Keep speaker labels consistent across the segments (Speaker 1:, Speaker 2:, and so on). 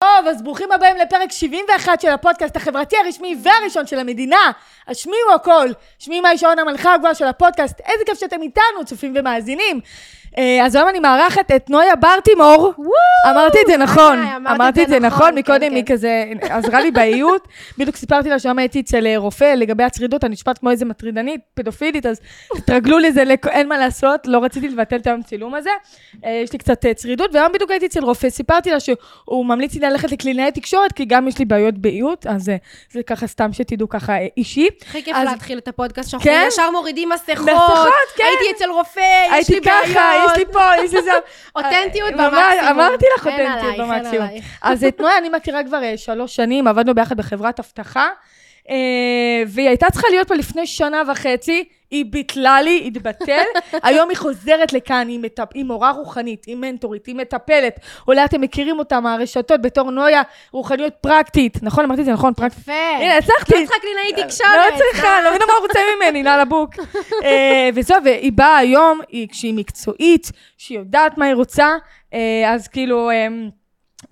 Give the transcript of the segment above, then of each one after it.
Speaker 1: טוב, אז ברוכים הבאים לפרק 71 של הפודקאסט החברתי הרשמי והראשון של המדינה. השמיעו הכל. שמי מאי שעון המלכה הגבוהה של הפודקאסט. איזה כיף שאתם איתנו, צופים ומאזינים. אה, אז היום אני מארחת את נויה ברטימור. אמרתי את זה נכון.
Speaker 2: איי, אמרת
Speaker 1: אמרתי את זה נכון, מקודם
Speaker 2: כן,
Speaker 1: היא
Speaker 2: כן.
Speaker 1: כזה עזרה לי באיות. בדיוק סיפרתי לה שהיום הייתי אצל אה, רופא לגבי הצרידות, אני נשמעת כמו איזה מטרידנית, פדופילית, אז תתרגלו לזה, לק- אין מה לעשות, לא רציתי לבטל את היום צילום הזה. אה, יש לי קצת אה, צרידות, והיום בדיוק הייתי אצל רופא, סיפרתי לה שהוא ממליץ לי ללכת לקלינאי תקשורת, כי גם יש לי בעיות באיות, אז אה, זה ככה סתם שתדעו ככה אה, אישי.
Speaker 2: הכי כיף
Speaker 1: אז-
Speaker 2: להתחיל את הפודקאסט, שאנחנו
Speaker 1: כן?
Speaker 2: ישר מורידים מסכות.
Speaker 1: מסכות, כן.
Speaker 2: הייתי אצל רופא, יש לי
Speaker 1: הייתי
Speaker 2: בעיות.
Speaker 1: ככה, יש לי פה, יש לי שם.
Speaker 2: אותנטיות
Speaker 1: ממש,
Speaker 2: במקסימום.
Speaker 1: אמרתי לך
Speaker 2: אין
Speaker 1: אותנטיות
Speaker 2: עלייך, אין
Speaker 1: במקסימום.
Speaker 2: עלייך.
Speaker 1: אז את נויה אני מכירה כבר אה, שלוש שנים, עבדנו ביחד בחברת אבטחה, אה, והיא הייתה צריכה להיות פה לפני שנה וחצי, היא ביטלה לי, התבטל, היום היא חוזרת לכאן, היא, מטפ... היא מורה רוחנית, היא מנטורית, היא מטפלת, אולי אתם מכירים אותה מהרשתות בתור נויה רוחניות פרקטית, נכון? אמרתי את זה נכון, פרקטית.
Speaker 2: יפה.
Speaker 1: הנה, הצלחתי.
Speaker 2: לא צריכה קלינאי תקשורת.
Speaker 1: לא צריכה, לא מבינה מה הוא רוצה ממני, נא לבוק. אה, וזהו, והיא באה היום, היא- כשהיא מקצועית, שהיא יודעת מה היא רוצה, אה, אז כאילו... אה,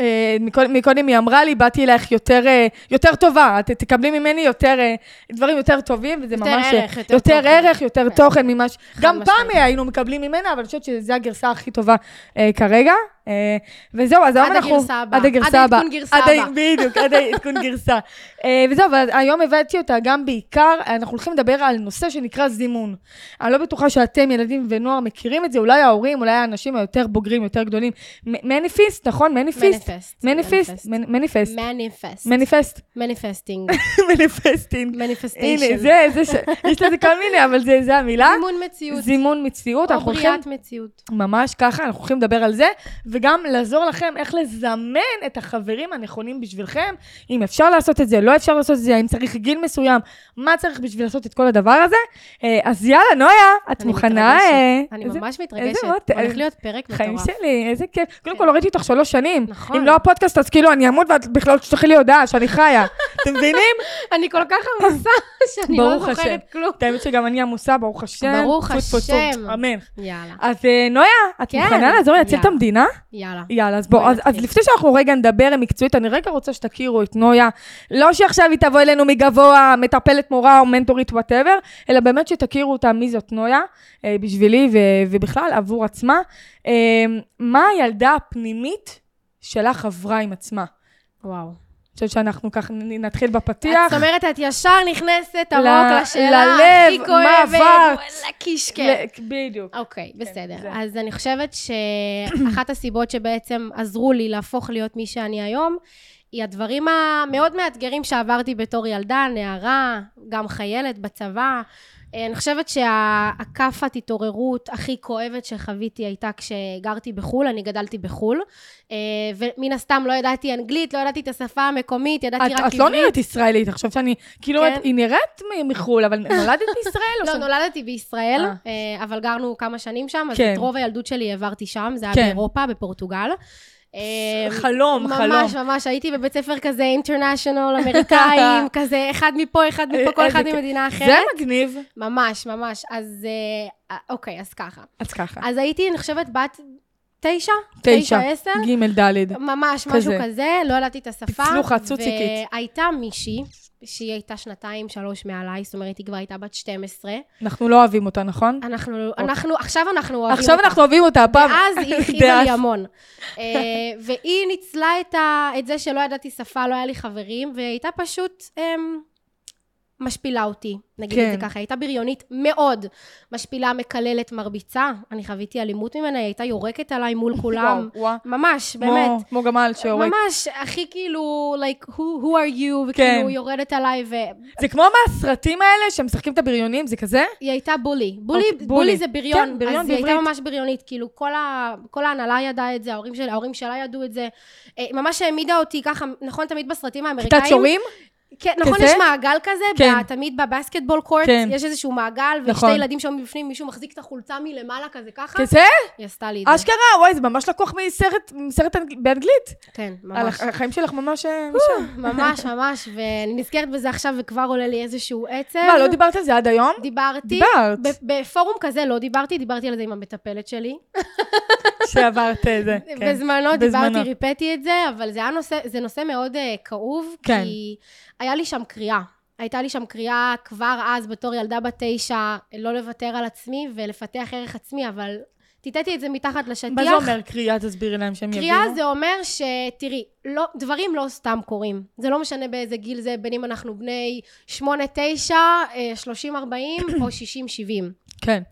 Speaker 1: אה, מקוד- מקודם היא אמרה לי, באתי אלייך יותר, אה, יותר טובה, את תקבלי ממני יותר, אה, דברים יותר טובים, וזה
Speaker 2: יותר
Speaker 1: ממש... אה,
Speaker 2: ערך, יותר תוכן.
Speaker 1: ערך, יותר
Speaker 2: כן.
Speaker 1: תוכן ממה ש... גם
Speaker 2: משמעית.
Speaker 1: פעם אה, היינו מקבלים ממנה, אבל אני חושבת שזו הגרסה הכי טובה אה, כרגע. אה, וזהו, אז היום
Speaker 2: עד
Speaker 1: אנחנו...
Speaker 2: הגרסה הבאה.
Speaker 1: עד
Speaker 2: עד
Speaker 1: הגרסה
Speaker 2: העדכון
Speaker 1: הבאה.
Speaker 2: גרסה
Speaker 1: עד ה-
Speaker 2: הבאה.
Speaker 1: בדיוק, עד העדכון גרסה. אה, וזהו, אבל היום הבאתי אותה גם בעיקר, אנחנו הולכים לדבר על נושא שנקרא זימון. אני לא בטוחה שאתם, ילדים ונוער, מכירים את זה, אולי ההורים, אולי האנשים היותר בוגרים, יותר גדולים. מ- מניפיסט, נכון? מניפיסט?
Speaker 2: מניפסט.
Speaker 1: מניפיסט? מנ- מניפסט.
Speaker 2: מניפסט.
Speaker 1: מניפסט.
Speaker 2: מניפסטינג.
Speaker 1: אה? מניפסטינג.
Speaker 2: מניפסטיישן.
Speaker 1: הנה, זה, זה, ש- יש לזה כל מיני, אבל זה זה המילה.
Speaker 2: זימון מציאות.
Speaker 1: זימון מציאות.
Speaker 2: או
Speaker 1: אנחנו הולכים-
Speaker 2: בריאת מציאות.
Speaker 1: ממש ככה, אנחנו הולכים לדבר על זה, וגם לעזור לכם איך לזמן את החברים הנכונים בשבילכם, אם אפשר לעשות את זה, לא אפשר לעשות את זה, האם צריך גיל מסוים, מה צריך בשביל לעשות את כל הדבר הזה. אה, אז יאללה, נויה, את
Speaker 2: אני
Speaker 1: מוכנה?
Speaker 2: מתרגשת.
Speaker 1: אה,
Speaker 2: אני
Speaker 1: איזה-
Speaker 2: ממש מתרגשת.
Speaker 1: איזה מות-
Speaker 2: הולך להיות פרק
Speaker 1: חיים
Speaker 2: מטורף. כן.
Speaker 1: שלי, איזה כיף. קודם כל, לא ראיתי אותך שלוש שנים.
Speaker 2: נכון.
Speaker 1: אם לא הפודקאסט, אז כאילו אני אמות ואת בכלל תשלחי לי הודעה שאני חיה. אתם מבינים?
Speaker 2: אני כל כך עמוסה, שאני לא
Speaker 1: ברוך השם.
Speaker 2: זוכרת כלום.
Speaker 1: את האמת שגם אני עמוסה, ברוך השם.
Speaker 2: ברוך
Speaker 1: טפו, טפו, טפו.
Speaker 2: השם.
Speaker 1: אמן.
Speaker 2: יאללה,
Speaker 1: אז אה, נויה, את
Speaker 2: כן.
Speaker 1: מוכנה לעזור לי להציל את
Speaker 2: יאללה.
Speaker 1: המדינה?
Speaker 2: יאללה.
Speaker 1: יאללה, אז בואו,
Speaker 2: בואי
Speaker 1: אז, אז
Speaker 2: נתחיל.
Speaker 1: לפני שאנחנו רגע נדבר מקצועית, אני רגע רוצה שתכירו את נויה. לא שעכשיו היא תבוא אלינו מגבוה, מטפלת מורה או מנטורית וואטאבר, אלא באמת שתכירו אותה מי זאת נויה, אה, בשבילי ו, ובכלל עבור עצמה. אה, מה הילדה הפנימית שלך עברה עם עצמה? אני
Speaker 2: וואו.
Speaker 1: חושבת שאנחנו ככה נ- נתחיל בפתיח.
Speaker 2: את זאת אומרת, את ישר נכנסת
Speaker 1: ל-
Speaker 2: עמוק לשאלה
Speaker 1: ללב,
Speaker 2: הכי
Speaker 1: מה
Speaker 2: כואבת.
Speaker 1: עברת?
Speaker 2: וואלה, כן. קישקע.
Speaker 1: ל- בדיוק. כן,
Speaker 2: אוקיי, בסדר.
Speaker 1: זה.
Speaker 2: אז אני חושבת שאחת הסיבות שבעצם עזרו לי להפוך להיות מי שאני היום, היא הדברים המאוד מאתגרים שעברתי בתור ילדה, נערה, גם חיילת בצבא. אה, אני חושבת שהכאפת התעוררות הכי כואבת שחוויתי הייתה כשגרתי בחו"ל, אני גדלתי בחו"ל. אה, ומן הסתם לא ידעתי אנגלית, לא ידעתי את השפה המקומית,
Speaker 1: את,
Speaker 2: ידעתי רק עברית.
Speaker 1: את לא נראית ישראלית, עכשיו שאני, כאילו,
Speaker 2: כן.
Speaker 1: את, היא נראית מ- מחו"ל, אבל נולדת בישראל? או
Speaker 2: לא,
Speaker 1: ש-
Speaker 2: נולדתי בישראל,
Speaker 1: אה.
Speaker 2: אה, אבל גרנו כמה שנים שם, אז
Speaker 1: כן.
Speaker 2: את רוב הילדות שלי העברתי שם, זה היה
Speaker 1: כן.
Speaker 2: באירופה, בפורטוגל. אה,
Speaker 1: חלום, חלום.
Speaker 2: ממש, ממש, הייתי בבית ספר כזה אינטרנשיונל, אמריקאים, כזה אחד מפה, אחד מפה, כל אחד
Speaker 1: איזה-
Speaker 2: ממדינה
Speaker 1: אה, זה
Speaker 2: אחרת.
Speaker 1: מגניב.
Speaker 2: ממש, ממש. אז אה, אוקיי, אז ככה.
Speaker 1: אז ככה.
Speaker 2: אז הייתי, אני חושבת, בת תשע?
Speaker 1: תשע.
Speaker 2: עשר?
Speaker 1: ג' ד'.
Speaker 2: ממש, משהו
Speaker 1: כזה.
Speaker 2: כזה, לא ידעתי את השפה.
Speaker 1: פצלוחה, צוציקית.
Speaker 2: והייתה מישהי, שהיא הייתה שנתיים, שלוש מעליי, זאת אומרת, היא כבר הייתה בת 12.
Speaker 1: אנחנו לא אוהבים אותה, נכון?
Speaker 2: אנחנו, אנחנו, עכשיו אנחנו אוהבים
Speaker 1: עכשיו
Speaker 2: אותה.
Speaker 1: אנחנו אוהבים אותה, הפעם.
Speaker 2: אז היא
Speaker 1: דאז.
Speaker 2: הכאיבה לי המון. אה, והיא ניצלה את, ה, את זה שלא ידעתי שפה, לא היה לי חברים, והיא הייתה פשוט אמ, משפילה אותי, נגיד
Speaker 1: כן.
Speaker 2: את זה ככה. היא הייתה בריונית מאוד משפילה, מקללת, מרביצה. אני חוויתי אלימות ממנה, היא הייתה יורקת עליי מול כולם.
Speaker 1: וואו, וואו.
Speaker 2: ממש,
Speaker 1: כמו-
Speaker 2: באמת.
Speaker 1: כמו גמל שיורק.
Speaker 2: ממש, הכי כאילו, like, who, who are
Speaker 1: כן.
Speaker 2: you, וכאילו יורדת עליי, והיא
Speaker 1: זה כמו מהסרטים האלה, שמשחקים את הבריונים, זה כזה?
Speaker 2: הייתה בולי. בולי,
Speaker 1: אוקיי,
Speaker 2: בולי.
Speaker 1: בולי.
Speaker 2: בולי זה בריון,
Speaker 1: כן, בריון
Speaker 2: אז היא הייתה
Speaker 1: בעברית.
Speaker 2: ממש בריונית, כאילו כל, ה, כל ההנהלה ידעה את זה, ההורים, של, ההורים שלה ידעו את זה, אה, ממש העמידה אותי ככה, נכון תמיד בסרטים האמריקאים?
Speaker 1: קטת שורים?
Speaker 2: כן, נכון,
Speaker 1: כזה?
Speaker 2: יש מעגל כזה,
Speaker 1: כן.
Speaker 2: ב- תמיד בבסקטבול קורט,
Speaker 1: כן.
Speaker 2: יש איזשהו מעגל,
Speaker 1: נכון.
Speaker 2: ושתי ילדים שעומדים בפנים, מישהו מחזיק את החולצה מלמעלה כזה ככה,
Speaker 1: כזה?
Speaker 2: היא עשתה לי את זה.
Speaker 1: אשכרה, וואי, זה ממש לקוח מסרט, מסרט אנג- באנגלית.
Speaker 2: כן,
Speaker 1: על
Speaker 2: ממש.
Speaker 1: הח- החיים שלך ממש... אה, משם.
Speaker 2: ממש, ממש, ואני נזכרת בזה עכשיו וכבר עולה לי איזשהו עצב.
Speaker 1: מה, לא דיברת על זה עד היום?
Speaker 2: דיברתי.
Speaker 1: דיברת.
Speaker 2: ב- בפורום כזה לא דיברתי, דיברתי על זה עם המטפלת שלי.
Speaker 1: שעברת אה, זה. כן.
Speaker 2: בזמנו
Speaker 1: בזמנו.
Speaker 2: דיברתי, ריפאתי את זה, אבל זה היה נושא, זה נושא מאוד אה, כאוב,
Speaker 1: כן.
Speaker 2: כי היה לי שם קריאה. הייתה לי שם קריאה כבר אז, בתור ילדה בת תשע, לא לוותר על עצמי ולפתח ערך עצמי, אבל טיטאתי את זה מתחת לשטיח.
Speaker 1: מה זה אומר קריאה? תסבירי להם שהם יבינו.
Speaker 2: קריאה זה אומר שתראי, לא, דברים לא סתם קורים. זה לא משנה באיזה גיל זה, בין אם אנחנו בני 8, 9, 30, 40 או 60, 70.
Speaker 1: כן.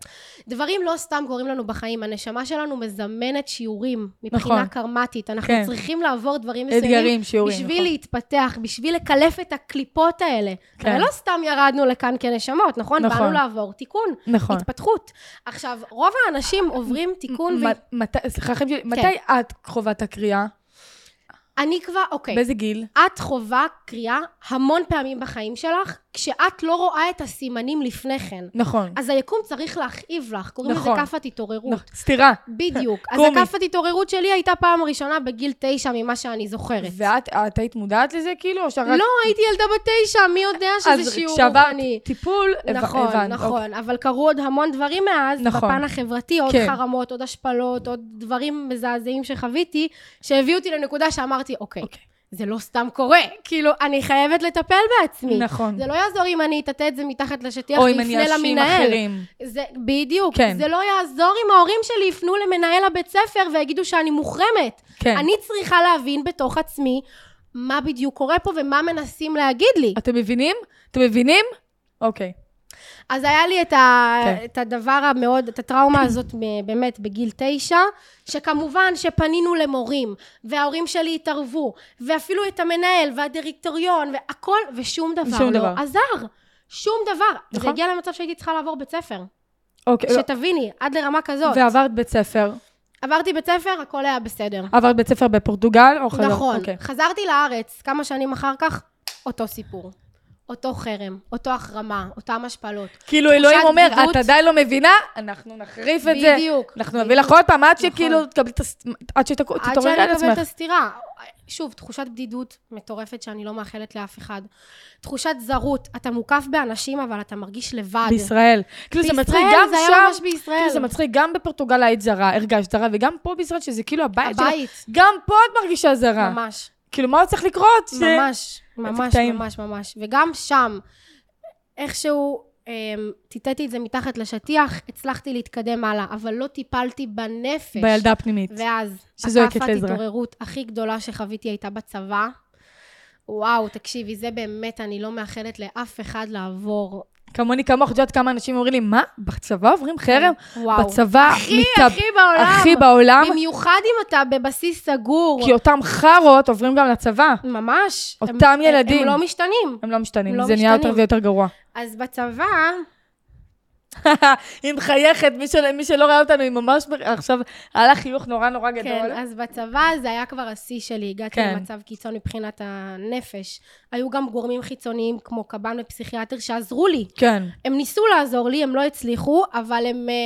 Speaker 2: דברים לא סתם קורים לנו בחיים, הנשמה שלנו מזמנת שיעורים מבחינה
Speaker 1: נכון.
Speaker 2: נכון. קרמטית. אנחנו
Speaker 1: כן.
Speaker 2: כן. צריכים לעבור דברים מסוימים.
Speaker 1: אתגרים, שיעורים.
Speaker 2: בשביל
Speaker 1: נכון.
Speaker 2: להתפתח, בשביל לקלף את הקליפות האלה.
Speaker 1: כן.
Speaker 2: כן. הרי לא סתם ירדנו לכאן כנשמות, נכון?
Speaker 1: נכון.
Speaker 2: באנו לעבור תיקון,
Speaker 1: נכון.
Speaker 2: התפתחות. עכשיו, רוב האנשים עוברים תיקון, כן. ו...
Speaker 1: מ- מתי- סליחה, חיים שלי, מתי את חווה את הקריאה?
Speaker 2: אני כבר, אוקיי.
Speaker 1: באיזה גיל?
Speaker 2: את חווה קריאה המון פעמים בחיים שלך, כשאת לא רואה את הסימנים לפני כן.
Speaker 1: נכון.
Speaker 2: אז היקום צריך להכאיב לך, קוראים
Speaker 1: נכון.
Speaker 2: לזה כאפת התעוררות.
Speaker 1: נכון. סתירה.
Speaker 2: בדיוק. אז
Speaker 1: קומי.
Speaker 2: הכאפת התעוררות שלי הייתה פעם ראשונה בגיל תשע ממה שאני זוכרת.
Speaker 1: ואת את היית מודעת לזה כאילו? או שרק...
Speaker 2: לא, הייתי ילדה בת תשע, מי יודע שזה שיעור
Speaker 1: כשעברת
Speaker 2: רוחני.
Speaker 1: טיפול, הבנ-
Speaker 2: נכון,
Speaker 1: הבנת.
Speaker 2: נכון, אבל קרו עוד המון דברים מאז,
Speaker 1: נכון.
Speaker 2: בפן החברתי, עוד
Speaker 1: כן.
Speaker 2: חרמות, עוד השפלות, עוד דברים מזעזעים שחוויתי, שהביאו אותי לנקודה שאמרתי, אוקיי,
Speaker 1: אוקיי.
Speaker 2: זה לא סתם קורה, כאילו, אני חייבת לטפל בעצמי.
Speaker 1: נכון.
Speaker 2: זה לא יעזור אם אני אטאטא את זה מתחת לשטיח
Speaker 1: או אם אני
Speaker 2: ואפנה
Speaker 1: אשים
Speaker 2: למנהל.
Speaker 1: אחרים.
Speaker 2: זה, בדיוק.
Speaker 1: כן.
Speaker 2: כן. זה לא יעזור אם ההורים שלי יפנו למנהל הבית ספר ויגידו שאני מוחרמת.
Speaker 1: כן.
Speaker 2: אני צריכה להבין בתוך עצמי מה בדיוק קורה פה ומה מנסים להגיד לי.
Speaker 1: אתם מבינים? אתם מבינים? אוקיי.
Speaker 2: אז היה לי את, ה...
Speaker 1: כן.
Speaker 2: כן. את הדבר המאוד, את הטראומה הזאת מ- באמת בגיל תשע, שכמובן שפנינו למורים, וההורים שלי התערבו, ואפילו את המנהל והדירקטוריון, והכל, ושום דבר
Speaker 1: שום
Speaker 2: לא
Speaker 1: דבר.
Speaker 2: עזר. שום דבר. נכון.
Speaker 1: נכון.
Speaker 2: זה הגיע למצב שהייתי צריכה לעבור בית ספר.
Speaker 1: אוקיי. לא.
Speaker 2: שתביני, עד לרמה כזאת.
Speaker 1: ועברת בית ספר.
Speaker 2: עברתי בית ספר, הכל היה בסדר.
Speaker 1: עברת בית ספר בפורטוגל או חזרת?
Speaker 2: נכון.
Speaker 1: אוקיי.
Speaker 2: חזרתי לארץ, כמה שנים אחר כך, אותו סיפור. אותו חרם, אותו החרמה, אותם השפלות.
Speaker 1: כאילו אלוהים
Speaker 2: תחושת
Speaker 1: אומר, את
Speaker 2: בדידות.
Speaker 1: עדיין לא מבינה, אנחנו נחריף את זה.
Speaker 2: בדיוק. נכון.
Speaker 1: אנחנו נביא לך עוד פעם עד שכאילו תקבלי את הס... עד
Speaker 2: עד
Speaker 1: שתתעוררי על
Speaker 2: שאני אקבל את
Speaker 1: עצמך.
Speaker 2: הסתירה. שוב, תחושת בדידות מטורפת שאני לא מאחלת לאף אחד. תחושת זרות, אתה מוקף באנשים, אבל אתה מרגיש לבד.
Speaker 1: בישראל. כאילו זה מצחיק
Speaker 2: בישראל,
Speaker 1: גם
Speaker 2: זה היה ממש
Speaker 1: שם,
Speaker 2: בישראל.
Speaker 1: כאילו זה מצחיק גם בפורטוגל היית זרה, הרגשת זרה, וגם פה בישראל שזה כאילו הבית שלך.
Speaker 2: הבית.
Speaker 1: גם פה את מרגישה זרה.
Speaker 2: ממש.
Speaker 1: כאילו מה עוד צריך לקרות? ש-
Speaker 2: ממש, ממש,
Speaker 1: קטעים.
Speaker 2: ממש, ממש. וגם שם, איכשהו אמ, טיטאתי את זה מתחת לשטיח, הצלחתי להתקדם הלאה, אבל לא טיפלתי בנפש.
Speaker 1: בילדה הפנימית.
Speaker 2: ואז,
Speaker 1: שזועקת
Speaker 2: הכאפת
Speaker 1: לעזרה.
Speaker 2: התעוררות הכי גדולה שחוויתי הייתה בצבא. וואו, תקשיבי, זה באמת, אני לא מאחלת לאף אחד לעבור.
Speaker 1: כמוני כמוך, את יודעת כמה אנשים אומרים לי, מה, בצבא עוברים חרם?
Speaker 2: כן. וואו.
Speaker 1: בצבא
Speaker 2: הכי,
Speaker 1: מתאב-
Speaker 2: הכי בעולם.
Speaker 1: הכי בעולם,
Speaker 2: במיוחד אם אתה בבסיס סגור.
Speaker 1: כי אותם חארות עוברים גם לצבא.
Speaker 2: ממש. הם-
Speaker 1: אותם
Speaker 2: הם-
Speaker 1: ילדים.
Speaker 2: הם לא משתנים.
Speaker 1: הם לא משתנים,
Speaker 2: הם לא
Speaker 1: זה נהיה יותר
Speaker 2: משתנים.
Speaker 1: ויותר גרוע.
Speaker 2: אז בצבא,
Speaker 1: היא מחייכת, מי של- מי שלא ראה אותנו, היא ממש מ- עכשיו, היה לה חיוך נורא נורא
Speaker 2: כן,
Speaker 1: גדול.
Speaker 2: אז בצבא זה היה כבר השיא שלי, הגעתי
Speaker 1: כן.
Speaker 2: למצב קיצון מבחינת הנפש. היו גם גורמים חיצוניים כמו קב"ן ופסיכיאטר שעזרו לי.
Speaker 1: כן.
Speaker 2: הם ניסו לעזור לי, הם לא הצליחו, אבל הם... אה,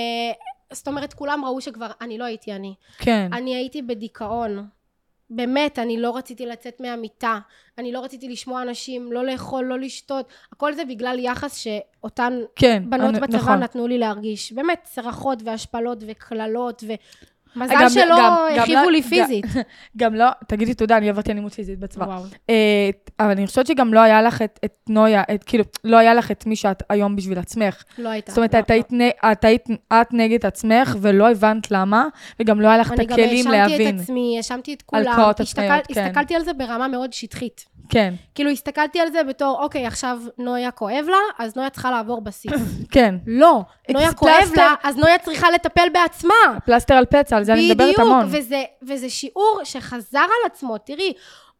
Speaker 2: זאת אומרת, כולם ראו שכבר אני לא הייתי אני.
Speaker 1: כן.
Speaker 2: אני הייתי בדיכאון. באמת, אני לא רציתי לצאת מהמיטה. אני לא רציתי לשמוע אנשים, לא לאכול, לא לשתות. הכל זה בגלל יחס שאותן
Speaker 1: כן.
Speaker 2: בנות
Speaker 1: אני-
Speaker 2: בצבא
Speaker 1: נכון.
Speaker 2: נתנו לי להרגיש. באמת, צרחות והשפלות וקללות, ומזל
Speaker 1: אה, גם-
Speaker 2: שלא
Speaker 1: גם- גם
Speaker 2: הרחיבו
Speaker 1: לא-
Speaker 2: לי
Speaker 1: גם-
Speaker 2: פיזית.
Speaker 1: גם לא, תגידי תודה, אני עברתי אלימות פיזית בצבא.
Speaker 2: וואו.
Speaker 1: אה, אבל אני חושבת שגם לא היה לך את, את נויה, את, כאילו, לא היה לך את מי שאת היום בשביל עצמך.
Speaker 2: לא הייתה.
Speaker 1: זאת אומרת,
Speaker 2: לא,
Speaker 1: את היית, נ- את היית את נגד עצמך ולא הבנת למה, וגם לא היה לך
Speaker 2: לא.
Speaker 1: את הכלים
Speaker 2: אני גם האשמתי
Speaker 1: להבין.
Speaker 2: את עצמי, האשמתי את
Speaker 1: על
Speaker 2: כולם.
Speaker 1: קרעות
Speaker 2: הסתכל-
Speaker 1: עצמיות, כן.
Speaker 2: הסתכלתי על זה ברמה מאוד שטחית.
Speaker 1: כן,
Speaker 2: כאילו, הסתכלתי על זה בתור, אוקיי, עכשיו נויה כואב לה, אז נויה צריכה לעבור בסיס.
Speaker 1: כן.
Speaker 2: לא, נויה כואב
Speaker 1: פלסטר.
Speaker 2: לה, אז נויה צריכה לטפל בעצמה.
Speaker 1: פלסטר על פצע, על זה אני מדברת המון.
Speaker 2: בדיוק, וזה, וזה שיעור שחזר על עצמו. תראי,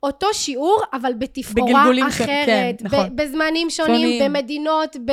Speaker 2: אותו שיעור, אבל בתפאורה
Speaker 1: בגלגולים ש-
Speaker 2: אחרת,
Speaker 1: כן,
Speaker 2: ב-
Speaker 1: נכון.
Speaker 2: בזמנים שונים,
Speaker 1: שונים.
Speaker 2: במדינות, ב-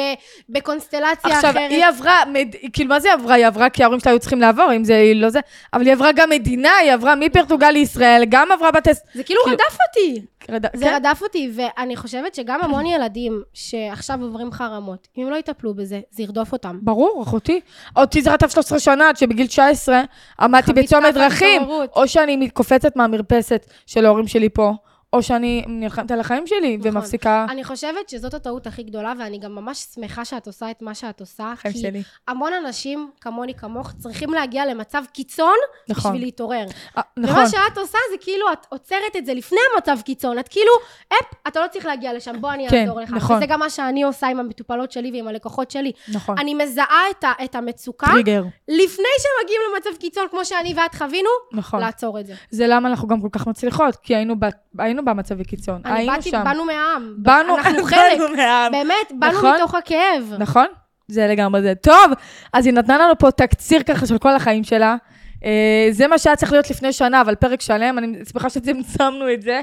Speaker 2: בקונסטלציה
Speaker 1: עכשיו,
Speaker 2: אחרת.
Speaker 1: היא עברה, מד... כאילו, מה זה עברה? היא עברה כי ההורים שלה היו צריכים לעבור, אם זה היא לא זה, אבל היא עברה גם מדינה, היא עברה מפורטוגל לישראל, גם עברה בטסט.
Speaker 2: זה כאילו
Speaker 1: כאילו-
Speaker 2: רדף אותי.
Speaker 1: רד-
Speaker 2: זה
Speaker 1: כן?
Speaker 2: רדף אותי, ואני חושבת שגם המון ילדים שעכשיו עוברים חרמות, אם הם לא יטפלו בזה, זה ירדוף אותם.
Speaker 1: ברור, אחותי. אותי זה רדף 13 שנה, עד שבגיל 19 עמדתי
Speaker 2: חווית
Speaker 1: בצומת
Speaker 2: קו
Speaker 1: דרכים.
Speaker 2: ההתעוררות.
Speaker 1: או שאני קופצת מהמרפסת של ההורים שלי פה, או שאני נלחמת על החיים שלי
Speaker 2: נכון.
Speaker 1: ומפסיקה.
Speaker 2: אני חושבת שזאת הטעות הכי גדולה, ואני גם ממש שמחה שאת עושה את מה שאת עושה,
Speaker 1: החיים
Speaker 2: כי
Speaker 1: שלי.
Speaker 2: המון אנשים, כמוני כמוך, צריכים להגיע למצב קיצון
Speaker 1: נכון.
Speaker 2: בשביל להתעורר.
Speaker 1: אה, נכון.
Speaker 2: ומה שאת עושה זה כאילו, את עוצרת את זה לפני המצב קיצון. את כאילו, אפ, אתה לא צריך להגיע לשם, בוא אני
Speaker 1: כן,
Speaker 2: אעזור לך.
Speaker 1: נכון.
Speaker 2: וזה גם מה שאני עושה עם המטופלות שלי ועם הלקוחות שלי.
Speaker 1: נכון.
Speaker 2: אני מזהה את, ה, את המצוקה
Speaker 1: טריגר.
Speaker 2: לפני שמגיעים למצב קיצון, כמו שאני ואת חווינו,
Speaker 1: נכון.
Speaker 2: לעצור את זה.
Speaker 1: זה למה אנחנו גם כל כך מצליחות, כי היינו ב- היינו במצבי קיצון.
Speaker 2: אני
Speaker 1: היינו
Speaker 2: באתי,
Speaker 1: שם.
Speaker 2: באנו מהעם.
Speaker 1: באנו,
Speaker 2: אנחנו חלק.
Speaker 1: באנו מהעם.
Speaker 2: באמת, באנו
Speaker 1: נכון.
Speaker 2: מתוך הכאב.
Speaker 1: נכון? זה לגמרי זה. טוב, אז היא נתנה לנו פה תקציר ככה של כל החיים שלה. אה, זה מה שהיה צריך להיות לפני שנה, אבל פרק שלם, אני שמחה שצמצמנו את זה.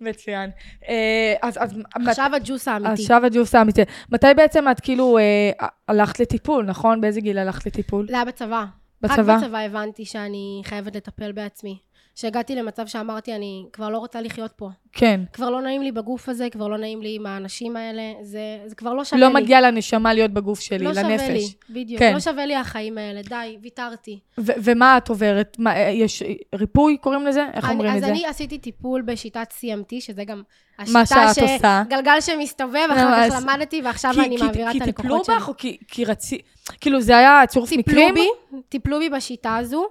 Speaker 1: מצוין. אה, אז, אז מת-
Speaker 2: עכשיו הג'וס האמיתי.
Speaker 1: עכשיו הג'וס האמיתי. מתי בעצם את כאילו אה, הלכת לטיפול, נכון? באיזה גיל הלכת לטיפול?
Speaker 2: זה היה בצבא.
Speaker 1: בצבא?
Speaker 2: רק בצבא הבנתי שאני חייבת לטפל בעצמי. שהגעתי למצב שאמרתי, אני כבר לא רוצה לחיות פה.
Speaker 1: כן.
Speaker 2: כבר לא נעים לי בגוף הזה, כבר לא נעים לי עם האנשים האלה, זה, זה כבר לא שווה
Speaker 1: לא
Speaker 2: לי.
Speaker 1: מגיע לנשמה להיות בגוף שלי,
Speaker 2: לא
Speaker 1: לנפש.
Speaker 2: שווה לי, בדיוק.
Speaker 1: כן.
Speaker 2: לא שווה לי החיים האלה, די, ויתרתי.
Speaker 1: ו- ומה את עוברת? מה, אה, יש ריפוי קוראים לזה? איך
Speaker 2: אני-
Speaker 1: אומרים את
Speaker 2: אז
Speaker 1: זה?
Speaker 2: אני עשיתי טיפול בשיטת CMT, שזה גם השיטה
Speaker 1: מה שאת עושה.
Speaker 2: גלגל שמסתובב, אחר כך
Speaker 1: ממש.
Speaker 2: למדתי, ועכשיו
Speaker 1: אה, כי-
Speaker 2: אני
Speaker 1: כי-
Speaker 2: מעבירה את
Speaker 1: כי טיפלו
Speaker 2: הלקוחות שלי.
Speaker 1: בך, או כי- כי רצי... כאילו, זה היה צירוף
Speaker 2: טיפלו
Speaker 1: מקרים? אה,
Speaker 2: בי, טיפלו בי בשיטה הזו,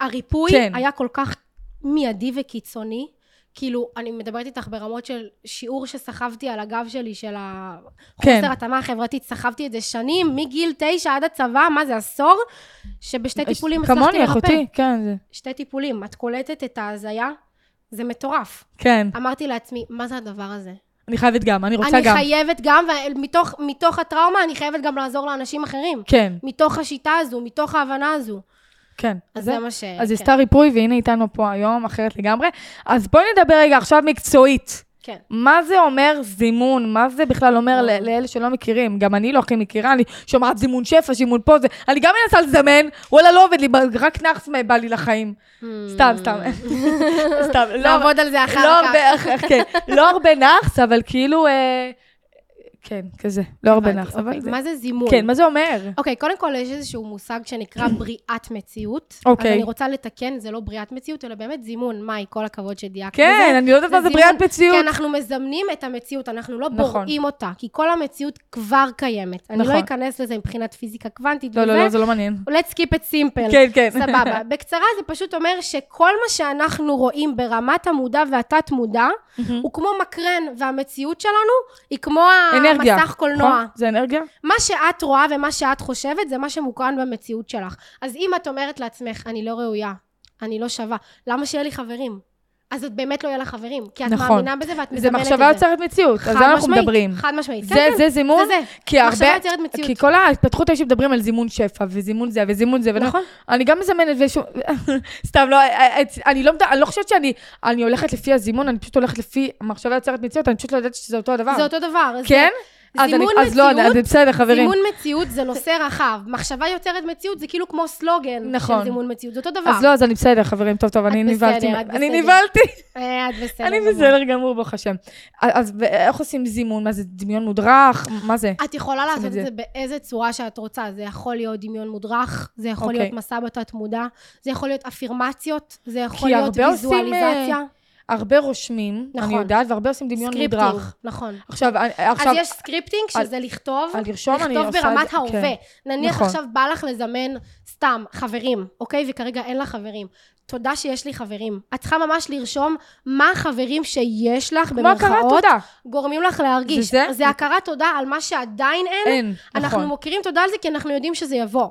Speaker 2: והריפוי
Speaker 1: כן.
Speaker 2: כן. היה כל כך מיידי וקיצוני. כאילו, אני מדברת איתך ברמות של שיעור שסחבתי על הגב שלי, של החוסר
Speaker 1: כן.
Speaker 2: התאמה החברתית, סחבתי את זה שנים, מגיל תשע עד הצבא, מה זה, עשור? שבשתי טיפולים הצלחתי לרפא.
Speaker 1: כמוני, אחותי, כן, זה...
Speaker 2: שתי טיפולים, את קולטת את ההזיה? זה מטורף.
Speaker 1: כן.
Speaker 2: אמרתי לעצמי, מה זה הדבר הזה?
Speaker 1: אני חייבת גם, אני רוצה
Speaker 2: אני
Speaker 1: גם.
Speaker 2: חייבת גם, ומתוך מתוך הטראומה אני חייבת גם לעזור לאנשים אחרים.
Speaker 1: כן,
Speaker 2: מתוך השיטה הזו, מתוך ההבנה הזו.
Speaker 1: כן.
Speaker 2: אז זה מה ש...
Speaker 1: אז
Speaker 2: כן,
Speaker 1: היא עשתה ריפוי, והנה איתנו פה היום, אחרת לגמרי. אז בואי נדבר רגע עכשיו מקצועית.
Speaker 2: כן.
Speaker 1: מה זה אומר זימון? מה זה בכלל אומר ל-
Speaker 2: וואו.
Speaker 1: לאלה שלא מכירים? גם אני לא הכי מכירה, אני שומעת זימון שפע, זימון פה, זה... אני גם מנסה לזמן, וואלה, לא עובד לי, רק נאחס בא לי לחיים. סתם, סתם.
Speaker 2: Mm.
Speaker 1: סתם, לא...
Speaker 2: נעבוד על זה אחר
Speaker 1: לא
Speaker 2: כך.
Speaker 1: הרבה, אח- אח- כן, לא הרבה נאחס, אבל כאילו... אה, כן, כזה. לא הרבה
Speaker 2: הבנתי,
Speaker 1: נאחס, אבל
Speaker 2: אוקיי.
Speaker 1: זה...
Speaker 2: מה זה זימון?
Speaker 1: כן, מה זה אומר?
Speaker 2: אוקיי, קודם כל יש איזשהו מושג שנקרא בריאת מציאות.
Speaker 1: אוקיי.
Speaker 2: אז אני רוצה לתקן, זה לא בריאת מציאות, אלא באמת זימון. מאי, כל הכבוד שדייקת
Speaker 1: כן,
Speaker 2: בזה.
Speaker 1: אני לא יודעת מה זה
Speaker 2: זימון,
Speaker 1: בריאת מציאות.
Speaker 2: כי אנחנו מזמנים את המציאות, אנחנו לא
Speaker 1: נכון.
Speaker 2: בוראים אותה, כי כל המציאות כבר קיימת. אני
Speaker 1: נכון.
Speaker 2: לא אכנס לזה מבחינת פיזיקה קוונטית
Speaker 1: לא,
Speaker 2: וזה.
Speaker 1: לא, לא, זה לא מעניין.
Speaker 2: let's keep it
Speaker 1: כן,
Speaker 2: simple.
Speaker 1: כן.
Speaker 2: כן, סבבה. בקצרה, זה פשוט אומר שכל מה שאנחנו רואים ברמת המודע והתת-מודע,
Speaker 1: נכון?
Speaker 2: הוא כמו מקרן, והמציאות שלנו היא כמו
Speaker 1: אנרגיה.
Speaker 2: המסך קולנוע.
Speaker 1: נכון? זה אנרגיה?
Speaker 2: מה שאת רואה ומה שאת חושבת, זה מה שמוקרן במציאות שלך. אז אם את אומרת לעצמך, אני לא ראויה, אני לא שווה, למה שיהיה לי חברים? אז את באמת לא יהיה לך חברים, כי את
Speaker 1: נכון.
Speaker 2: מאמינה בזה ואת
Speaker 1: זה
Speaker 2: מזמנת את זה.
Speaker 1: מחשבה יוצרת מציאות, על זה אנחנו
Speaker 2: חד-משמעית,
Speaker 1: מדברים.
Speaker 2: חד משמעית.
Speaker 1: זה-
Speaker 2: כן, כן,
Speaker 1: זה זימון?
Speaker 2: זה
Speaker 1: כי
Speaker 2: זה. מחשבה
Speaker 1: הרבה-
Speaker 2: יוצרת מציאות.
Speaker 1: כי כל ההתפתחות האישית מדברים על זימון שפע, וזימון זה, וזימון זה, ואני-
Speaker 2: נכון.
Speaker 1: אני גם מזמנת ושום... סתם, לא, אני לא, מד- אני לא חושבת שאני... אני הולכת לפי הזימון, אני פשוט הולכת לפי מחשבה יוצרת מציאות, אני פשוט לא יודעת שזה אותו הדבר.
Speaker 2: נכון. זה אותו דבר. זה-
Speaker 1: כן? אז אני-
Speaker 2: זימון
Speaker 1: אז לא,
Speaker 2: מציאות-
Speaker 1: אז זה בסדר, חברים.
Speaker 2: זימון מציאות זה נושא רחב. מחשבה יוצרת מציאות זה כאילו כמו סלוגן
Speaker 1: נכון.
Speaker 2: של זימון מציאות, זה אותו דבר.
Speaker 1: אז לא, אז אני בסדר, חברים, טוב, טוב, אני
Speaker 2: את בסדר,
Speaker 1: נבהלתי.
Speaker 2: את
Speaker 1: אני
Speaker 2: בסדר.
Speaker 1: נבהלתי.
Speaker 2: אה, את בסדר.
Speaker 1: אני
Speaker 2: גמור.
Speaker 1: בסדר גמור, ברוך השם. אז ו- איך עושים זימון? מה זה, דמיון מודרך? מה זה?
Speaker 2: את יכולה לעשות
Speaker 1: את
Speaker 2: את
Speaker 1: זה.
Speaker 2: זה באיזה צורה שאת רוצה. זה יכול להיות דמיון מודרך, זה יכול
Speaker 1: אוקיי.
Speaker 2: להיות מסע בתת מודע, זה יכול להיות אפירמציות, זה יכול
Speaker 1: כי
Speaker 2: להיות
Speaker 1: הרבה עושים, אה,
Speaker 2: ויזואליזציה.
Speaker 1: הרבה רושמים, אני
Speaker 2: נכון.
Speaker 1: יודעת, והרבה עושים דמיון
Speaker 2: סקריפטינג,
Speaker 1: מודרך.
Speaker 2: נכון.
Speaker 1: עכשיו, אני-
Speaker 2: אז
Speaker 1: עכשיו...
Speaker 2: יש סקריפטינג,
Speaker 1: על-
Speaker 2: שזה לכתוב,
Speaker 1: על לרשום אני
Speaker 2: לכתוב
Speaker 1: עושה את
Speaker 2: ברמת
Speaker 1: זה, כן.
Speaker 2: ההווה. נניח
Speaker 1: נכון.
Speaker 2: עכשיו בא לך לזמן סתם חברים, אוקיי? וכרגע אין לך חברים. תודה שיש לי חברים. את צריכה ממש לרשום מה החברים שיש לך,
Speaker 1: כמו הכרת
Speaker 2: במרכאות,
Speaker 1: תודה.
Speaker 2: גורמים לך להרגיש.
Speaker 1: זה זה?
Speaker 2: זה הכרת תודה על מה שעדיין אין.
Speaker 1: אין,
Speaker 2: אנחנו
Speaker 1: נכון.
Speaker 2: מוקירים תודה על זה כי אנחנו יודעים שזה יבוא.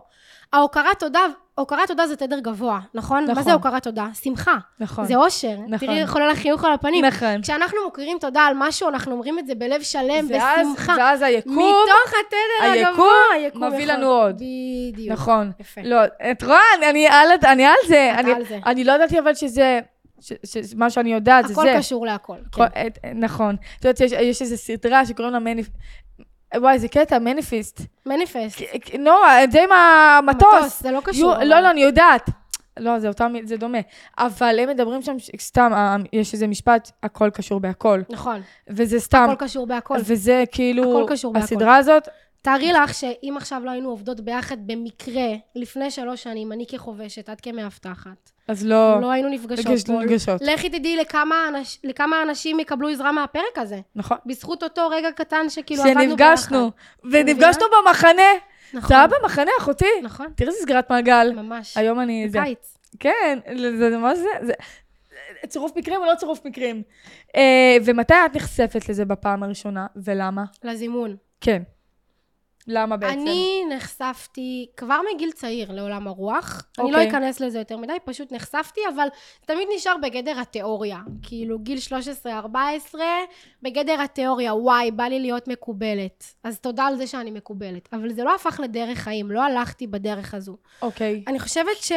Speaker 2: ההוקרת תודה, הוקרת תודה זה תדר גבוה, נכון?
Speaker 1: נכון.
Speaker 2: מה זה הוקרת תודה? שמחה.
Speaker 1: נכון.
Speaker 2: זה אושר.
Speaker 1: נכון.
Speaker 2: תראי איך עולה לך חיוך על הפנים.
Speaker 1: נכון.
Speaker 2: כשאנחנו מוקירים תודה על משהו, אנחנו אומרים את זה בלב שלם,
Speaker 1: ואז-
Speaker 2: בשמחה.
Speaker 1: ואז היקום...
Speaker 2: מתוך התדר
Speaker 1: היקום
Speaker 2: הגבוה, היקום
Speaker 1: מביא
Speaker 2: יכול.
Speaker 1: לנו עוד.
Speaker 2: בדיוק.
Speaker 1: נכון.
Speaker 2: יפה.
Speaker 1: לא, את רואה, אני- אני על אני על זה.
Speaker 2: את
Speaker 1: אני-
Speaker 2: על זה.
Speaker 1: אני לא ידעתי אבל שזה... ש- ש- ש- מה שאני יודעת זה זה.
Speaker 2: הכל קשור להכל. כן.
Speaker 1: כל- את- נכון. את יודעת שיש יש איזו סדרה שקוראים לה מניפ... וואי, זה קטע, מניפיסט.
Speaker 2: מניפסט.
Speaker 1: נועה, זה עם המטוס.
Speaker 2: כן. זה לא
Speaker 1: כן, יו-
Speaker 2: קשור. אבל.
Speaker 1: לא, לא, אני יודעת. לא, זה אותם, זה דומה. אבל הם מדברים שם, ש- סתם, אה, יש איזה משפט, הכל קשור בהכל.
Speaker 2: נכון,
Speaker 1: וזה סתם.
Speaker 2: הכל קשור בהכל.
Speaker 1: וזה כאילו,
Speaker 2: הכל קשור בהכל.
Speaker 1: הסדרה הזאת,
Speaker 2: תארי לך שאם עכשיו לא היינו עובדות ביחד במקרה, לפני שלוש שנים, אני כחובשת, את כמאבטחת,
Speaker 1: אז לא...
Speaker 2: לא היינו נפגשות
Speaker 1: נפגש-
Speaker 2: פה.
Speaker 1: נפגשות.
Speaker 2: לכי תדעי לכמה, אנש, לכמה אנשים יקבלו עזרה מהפרק הזה.
Speaker 1: נכון.
Speaker 2: בזכות אותו רגע קטן שכאילו כאילו, עבדנו ביחד.
Speaker 1: שנפגשנו, ונפגשנו במחנה.
Speaker 2: נכון,
Speaker 1: זה היה במחנה, אחותי.
Speaker 2: נכון,
Speaker 1: תראי איזה סגירת מעגל.
Speaker 2: ממש.
Speaker 1: היום אני... זה-
Speaker 2: קיץ.
Speaker 1: כן, זה זה ממש זה. זה- צירוף מקרים או לא צירוף מקרים. אה, ומתי את נחשפת לזה בפעם הראשונה, ולמה?
Speaker 2: לזימון.
Speaker 1: כן. למה בעצם?
Speaker 2: אני נחשפתי כבר מגיל צעיר לעולם הרוח. אני לא
Speaker 1: אוקיי.
Speaker 2: אכנס לזה יותר מדי, פשוט נחשפתי, אבל תמיד נשאר בגדר התיאוריה. כאילו, גיל 13-14, בגדר התיאוריה, וואי, בא לי להיות מקובלת. אז תודה על זה שאני מקובלת. אבל זה לא הפך לדרך חיים, לא הלכתי בדרך הזו.
Speaker 1: אוקיי.
Speaker 2: אני חושבת ש...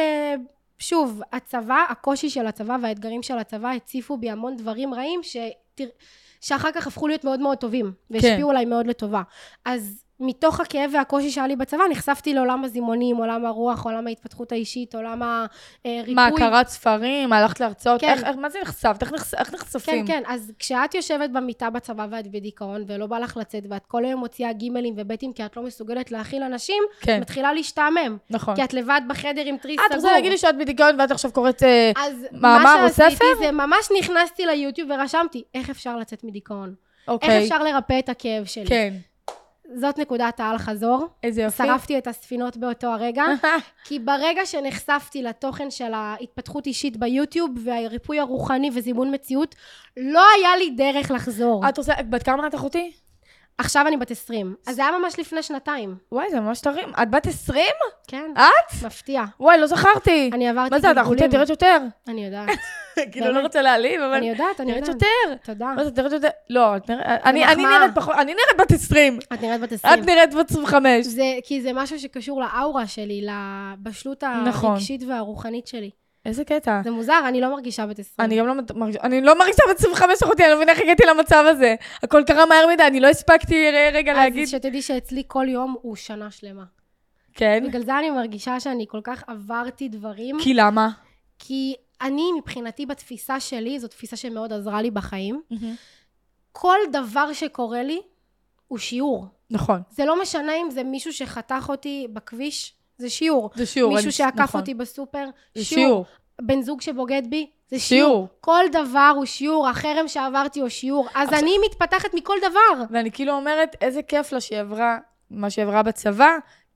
Speaker 2: שוב, הצבא, הקושי של הצבא והאתגרים של הצבא הציפו בי המון דברים רעים שתר... שאחר כך הפכו להיות מאוד מאוד טובים,
Speaker 1: כן.
Speaker 2: והשפיעו עליי מאוד לטובה. אז מתוך הכאב והקושי שהיה לי בצבא, נחשפתי לעולם הזימונים, עולם הרוח, עולם ההתפתחות האישית, עולם אה, הריפוי.
Speaker 1: מה, קראת ספרים? הלכת להרצאות?
Speaker 2: כן.
Speaker 1: איך- איך- מה זה נחשפת? איך נחש- איך
Speaker 2: כן,
Speaker 1: נחשפים?
Speaker 2: כן, אז כשאת יושבת במיטה בצבא ואת בדיכאון ולא בא לך לצאת ואת כל היום מוציאה גימלים ובטים כי את לא מסוגלת להכיל אנשים,
Speaker 1: כן.
Speaker 2: מתחילה להשתעמם.
Speaker 1: נכון.
Speaker 2: כי את לבד בחדר עם טריס
Speaker 1: את
Speaker 2: סגור.
Speaker 1: רוצה להגיד לי שאת בדיכאון ואת עכשיו קוראת... אה,
Speaker 2: אז
Speaker 1: מאמר או
Speaker 2: מה שעשיתי
Speaker 1: ספר?
Speaker 2: זה ממש נכנסתי ליוטיוב ורשמתי איך אפשר לצאת מדיכאון. איך
Speaker 1: אוקיי.
Speaker 2: אפשר לרפא את הכאב שלי.
Speaker 1: כן. אוקיי.
Speaker 2: זאת נקודת האל-חזור.
Speaker 1: איזה יופי.
Speaker 2: שרפתי את הספינות באותו הרגע,
Speaker 1: אה.
Speaker 2: כי ברגע שנחשפתי לתוכן של ההתפתחות אישית ביוטיוב והריפוי הרוחני וזימון מציאות, לא היה לי דרך לחזור.
Speaker 1: את רוצה... בת כמה את אחותי?
Speaker 2: עכשיו אני בת 20. אז זה היה ממש לפני שנתיים.
Speaker 1: וואי, זה ממש טרים. את בת 20?
Speaker 2: כן,
Speaker 1: את?
Speaker 2: מפתיע.
Speaker 1: וואי, לא זכרתי.
Speaker 2: אני עברתי
Speaker 1: מה זה, את אחותי? את נראית יותר.
Speaker 2: אני יודעת,
Speaker 1: כאילו,
Speaker 2: באמת?
Speaker 1: לא רוצה להעליב, אבל...
Speaker 2: אני יודעת, אני
Speaker 1: נראית
Speaker 2: יודעת.
Speaker 1: יותר.
Speaker 2: תודה.
Speaker 1: מה זה, את נראית יותר... לא, את נראית... אני אני
Speaker 2: מחמאה.
Speaker 1: נראית פחות... אני נראית בת 20.
Speaker 2: את נראית בת 20.
Speaker 1: את נראית בת 25.
Speaker 2: זה, כי זה משהו שקשור לאאורה שלי, לבשלות
Speaker 1: נכון.
Speaker 2: הרגשית והרוחנית שלי.
Speaker 1: איזה קטע.
Speaker 2: זה מוזר, אני לא מרגישה בת 20.
Speaker 1: אני גם לא מת- מרגישה, אני לא מרגישה בת 25 אחותי, אני לא מבינה איך הגעתי למצב הזה. הכל קרה מהר מדי, אני לא הספקתי ר- רגע להגיד.
Speaker 2: אז שתדעי שאצלי כל יום הוא שנה שלמה.
Speaker 1: כן.
Speaker 2: בגלל זה אני מרגישה שאני כל כך עברתי דברים,
Speaker 1: כי למה?
Speaker 2: כי אני מבחינתי בתפיסה שלי, זו תפיסה שמאוד עזרה לי בחיים, כל דבר שקורה לי הוא שיעור.
Speaker 1: נכון.
Speaker 2: זה לא משנה אם זה מישהו שחתך אותי בכביש, זה שיעור.
Speaker 1: זה שיעור.
Speaker 2: מישהו
Speaker 1: אני-
Speaker 2: שעקף
Speaker 1: נכון.
Speaker 2: אותי בסופר,
Speaker 1: זה
Speaker 2: שיעור.
Speaker 1: שיעור.
Speaker 2: בן זוג שבוגד בי, זה שיעור.
Speaker 1: שיעור.
Speaker 2: כל דבר הוא שיעור, החרם שעברתי הוא שיעור, אז
Speaker 1: עכשיו-
Speaker 2: אני מתפתחת מכל דבר.
Speaker 1: ואני כאילו אומרת, איזה כיף לה שהיא עברה מה שהיא עברה בצבא,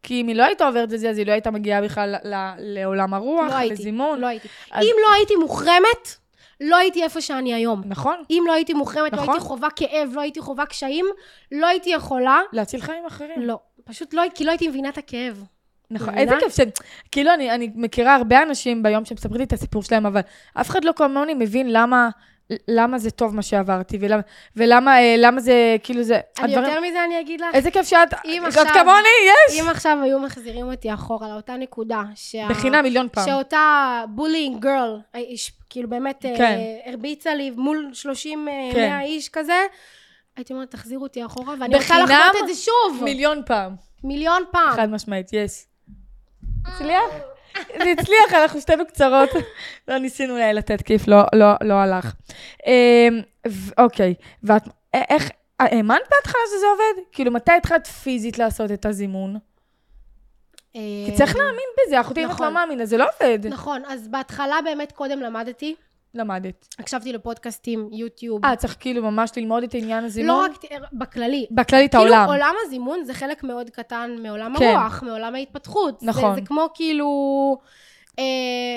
Speaker 1: כי אם היא לא הייתה עוברת את זה, אז היא לא הייתה מגיעה בכלל ל- ל- לעולם הרוח,
Speaker 2: לא הייתי,
Speaker 1: לזימון.
Speaker 2: לא הייתי.
Speaker 1: אז-
Speaker 2: אם לא הייתי מוחרמת, לא הייתי איפה שאני היום.
Speaker 1: נכון.
Speaker 2: אם לא הייתי מוחרמת, לא
Speaker 1: נכון.
Speaker 2: הייתי חווה כאב, לא הייתי חווה קשיים, לא הייתי יכולה.
Speaker 1: להציל חיים אחרים.
Speaker 2: לא. פשוט לא, כי לא הייתי מבינה את הכאב.
Speaker 1: נכון, איזה
Speaker 2: מבינה?
Speaker 1: כיף ש... כאילו, אני, אני מכירה הרבה אנשים ביום שמספרים לי את הסיפור שלהם, אבל אף אחד לא כמוני מבין למה, למה זה טוב מה שעברתי, ולמה, ולמה אה, למה זה, כאילו זה...
Speaker 2: אני יותר מזה אני אגיד לך,
Speaker 1: איזה כיף שאת...
Speaker 2: אם
Speaker 1: את
Speaker 2: עכשיו-
Speaker 1: כמוני, יש!
Speaker 2: אם עכשיו היו מחזירים אותי אחורה לאותה נקודה, שה...
Speaker 1: בחינם מיליון פעם.
Speaker 2: שאותה בולינג גרל, כאילו באמת אה,
Speaker 1: כן.
Speaker 2: הרביצה לי מול 30, אה,
Speaker 1: כן.
Speaker 2: 100 איש כזה, הייתי אומרת, תחזירו אותי אחורה, ואני רוצה
Speaker 1: בחינם?
Speaker 2: לחוות את זה שוב,
Speaker 1: מיליון פעם.
Speaker 2: מיליון פעם.
Speaker 1: חד משמעית, יש. הצליח? זה הצליח, אנחנו שתינו קצרות. לא ניסינו אולי לתת כיף, לא- לא לא הלך. אמ, ו- אוקיי, ואת, א- איך, אה, האמנת בהתחלה שזה עובד? כאילו, מתי התחלת פיזית לעשות את הזימון?
Speaker 2: אה,
Speaker 1: כי צריך להאמין בזה, אחותי, אם את
Speaker 2: נכון.
Speaker 1: לא מאמינה, זה לא עובד.
Speaker 2: נכון, אז בהתחלה באמת קודם למדתי,
Speaker 1: למדת.
Speaker 2: הקשבתי לפודקאסטים, יוטיוב.
Speaker 1: אה, צריך כאילו ממש ללמוד את עניין
Speaker 2: לא
Speaker 1: הזימון?
Speaker 2: רק, ת- בכללי.
Speaker 1: בכללי את
Speaker 2: כאילו,
Speaker 1: העולם.
Speaker 2: עולם הזימון זה חלק מאוד קטן מעולם
Speaker 1: כן.
Speaker 2: הרוח, מעולם ההתפתחות. זה-
Speaker 1: נכון.
Speaker 2: זה כמו כאילו... אה,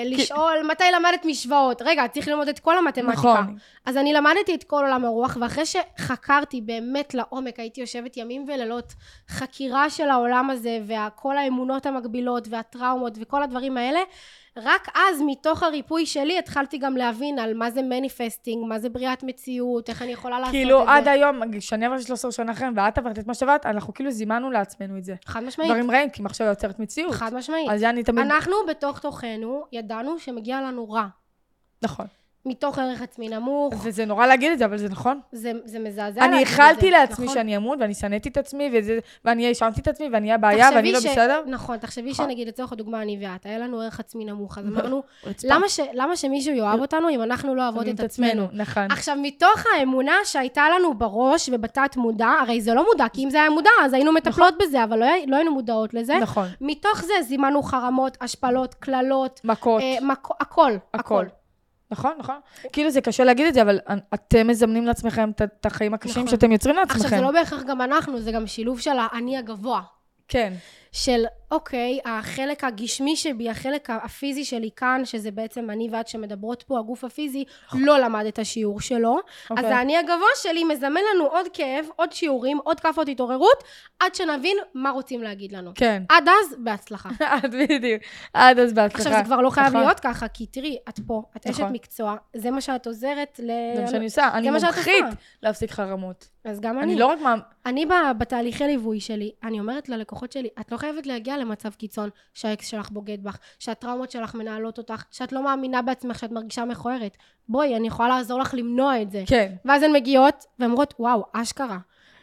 Speaker 2: לשאול מתי למדת משוואות. רגע, צריך ללמוד את כל המתמטיקה.
Speaker 1: נכון.
Speaker 2: אז אני למדתי את כל עולם הרוח, ואחרי שחקרתי באמת לעומק, הייתי יושבת ימים ולילות, חקירה של העולם הזה, וכל האמונות המקבילות, והטראומות, וכל הדברים האלה, רק אז, מתוך הריפוי שלי, התחלתי גם להבין על מה זה מניפסטינג, מה זה בריאת מציאות, איך אני יכולה לעשות את
Speaker 1: כאילו,
Speaker 2: זה.
Speaker 1: עד היום, שאני עברתי 13 שנה אחרי, ואת עברת את מה שעברת, אנחנו כאילו זימנו לעצמנו את זה.
Speaker 2: חד משמעית.
Speaker 1: דברים רעים, כי מחשב יוצרת מציאות.
Speaker 2: חד משמעית.
Speaker 1: אז זה אני תמיד...
Speaker 2: אנחנו בתוך תוכנו ידענו שמגיע לנו רע.
Speaker 1: נכון.
Speaker 2: מתוך ערך עצמי נמוך.
Speaker 1: וזה נורא להגיד את זה, אבל זה נכון.
Speaker 2: זה, זה מזעזע.
Speaker 1: אני
Speaker 2: להגיד לא, את
Speaker 1: איחלתי
Speaker 2: זה,
Speaker 1: לעצמי
Speaker 2: נכון?
Speaker 1: שאני אמות, ואני שנאתי את עצמי, וזה- ואני האשמתי את עצמי, ואני הבעיה, ואני
Speaker 2: תחשבי
Speaker 1: לא
Speaker 2: ש-
Speaker 1: בסדר.
Speaker 2: נכון, תחשבי
Speaker 1: נכון.
Speaker 2: שנגיד לצורך הדוגמה אני ואת, היה לנו ערך עצמי נמוך, אז אמרנו, למה, ש, למה שמישהו יאהב אותנו אם אנחנו לא אוהבות
Speaker 1: אוהבים
Speaker 2: את עצמנו? כן.
Speaker 1: נכון.
Speaker 2: עכשיו, מתוך האמונה שהייתה לנו בראש ובתת מודע, הרי זה לא מודע, כי אם זה היה מודע, אז היינו מטפלות בזה, אבל לא, הי- לא היינו מודעות לזה.
Speaker 1: נכון.
Speaker 2: מתוך זה זימנו חרמות, השפלות, קללות,
Speaker 1: מכות.
Speaker 2: אה, מכו- הכל,
Speaker 1: הכל.
Speaker 2: הכל.
Speaker 1: נכון, נכון. כאילו זה קשה להגיד את זה, אבל אנ- אתם מזמנים לעצמכם את- את החיים הקשים
Speaker 2: נכון.
Speaker 1: שאתם יוצרים
Speaker 2: עכשיו, זה
Speaker 1: לעצמכם.
Speaker 2: לא בהכרח גם אנחנו, זה גם שילוב של האני הגבוה.
Speaker 1: כן.
Speaker 2: של אוקיי, החלק הגשמי שבי, החלק הפיזי שלי כאן, שזה בעצם אני ואת שמדברות פה, הגוף הפיזי, לא למד את השיעור שלו. אז
Speaker 1: נכון. אוקיי.
Speaker 2: האני הגבוה שלי מזמן לנו עוד כאב, עוד שיעורים, עוד כאפות התעוררות, עד שנבין מה רוצים להגיד לנו.
Speaker 1: כן.
Speaker 2: עד אז, בהצלחה.
Speaker 1: עד בדיוק. עד אז בהצלחה.
Speaker 2: עכשיו, זה כבר לא חייב
Speaker 1: נכון.
Speaker 2: להיות ככה, כי תראי, את פה, את אשת
Speaker 1: נכון.
Speaker 2: מקצוע, זה מה שאת עוזרת ל...
Speaker 1: זה מה שאני עושה. אני
Speaker 2: מה שאת
Speaker 1: מומחית
Speaker 2: עושה.
Speaker 1: להפסיק חרמות.
Speaker 2: אז גם אני.
Speaker 1: אני לא רק מה...
Speaker 2: אני ב- בתהליכי ליווי שלי, אני אומרת ללקוחות שלי, את לא חייבת להגיע למצב קיצון שהאקס שלך בוגד בך, שהטראומות שלך מנהלות אותך, שאת לא מאמינה בעצמך, שאת מרגישה מכוערת. בואי, אני יכולה לעזור לך למנוע את זה.
Speaker 1: כן.
Speaker 2: ואז הן מגיעות ואומרות, וואו, אשכרה.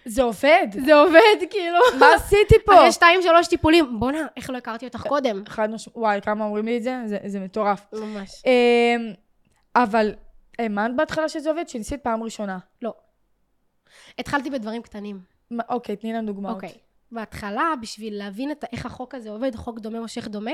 Speaker 1: זה עובד.
Speaker 2: זה עובד, כאילו.
Speaker 1: מה עשיתי פה?
Speaker 2: אחרי שתיים, שלוש טיפולים, בואנה, איך לא הכרתי אותך קודם.
Speaker 1: חד משמעית. וואי, כמה אומרים לי את זה? זה- זה מטורף.
Speaker 2: ממש.
Speaker 1: אמ, אבל האמנת בהתחלה שזה עובד? שניסית פעם ראשונה.
Speaker 2: התחלתי בדברים קטנים.
Speaker 1: מה- אוקיי, תני לנו דוגמאות.
Speaker 2: אוקיי. בהתחלה, בשביל להבין את, איך החוק הזה עובד, חוק דומה מושך דומה,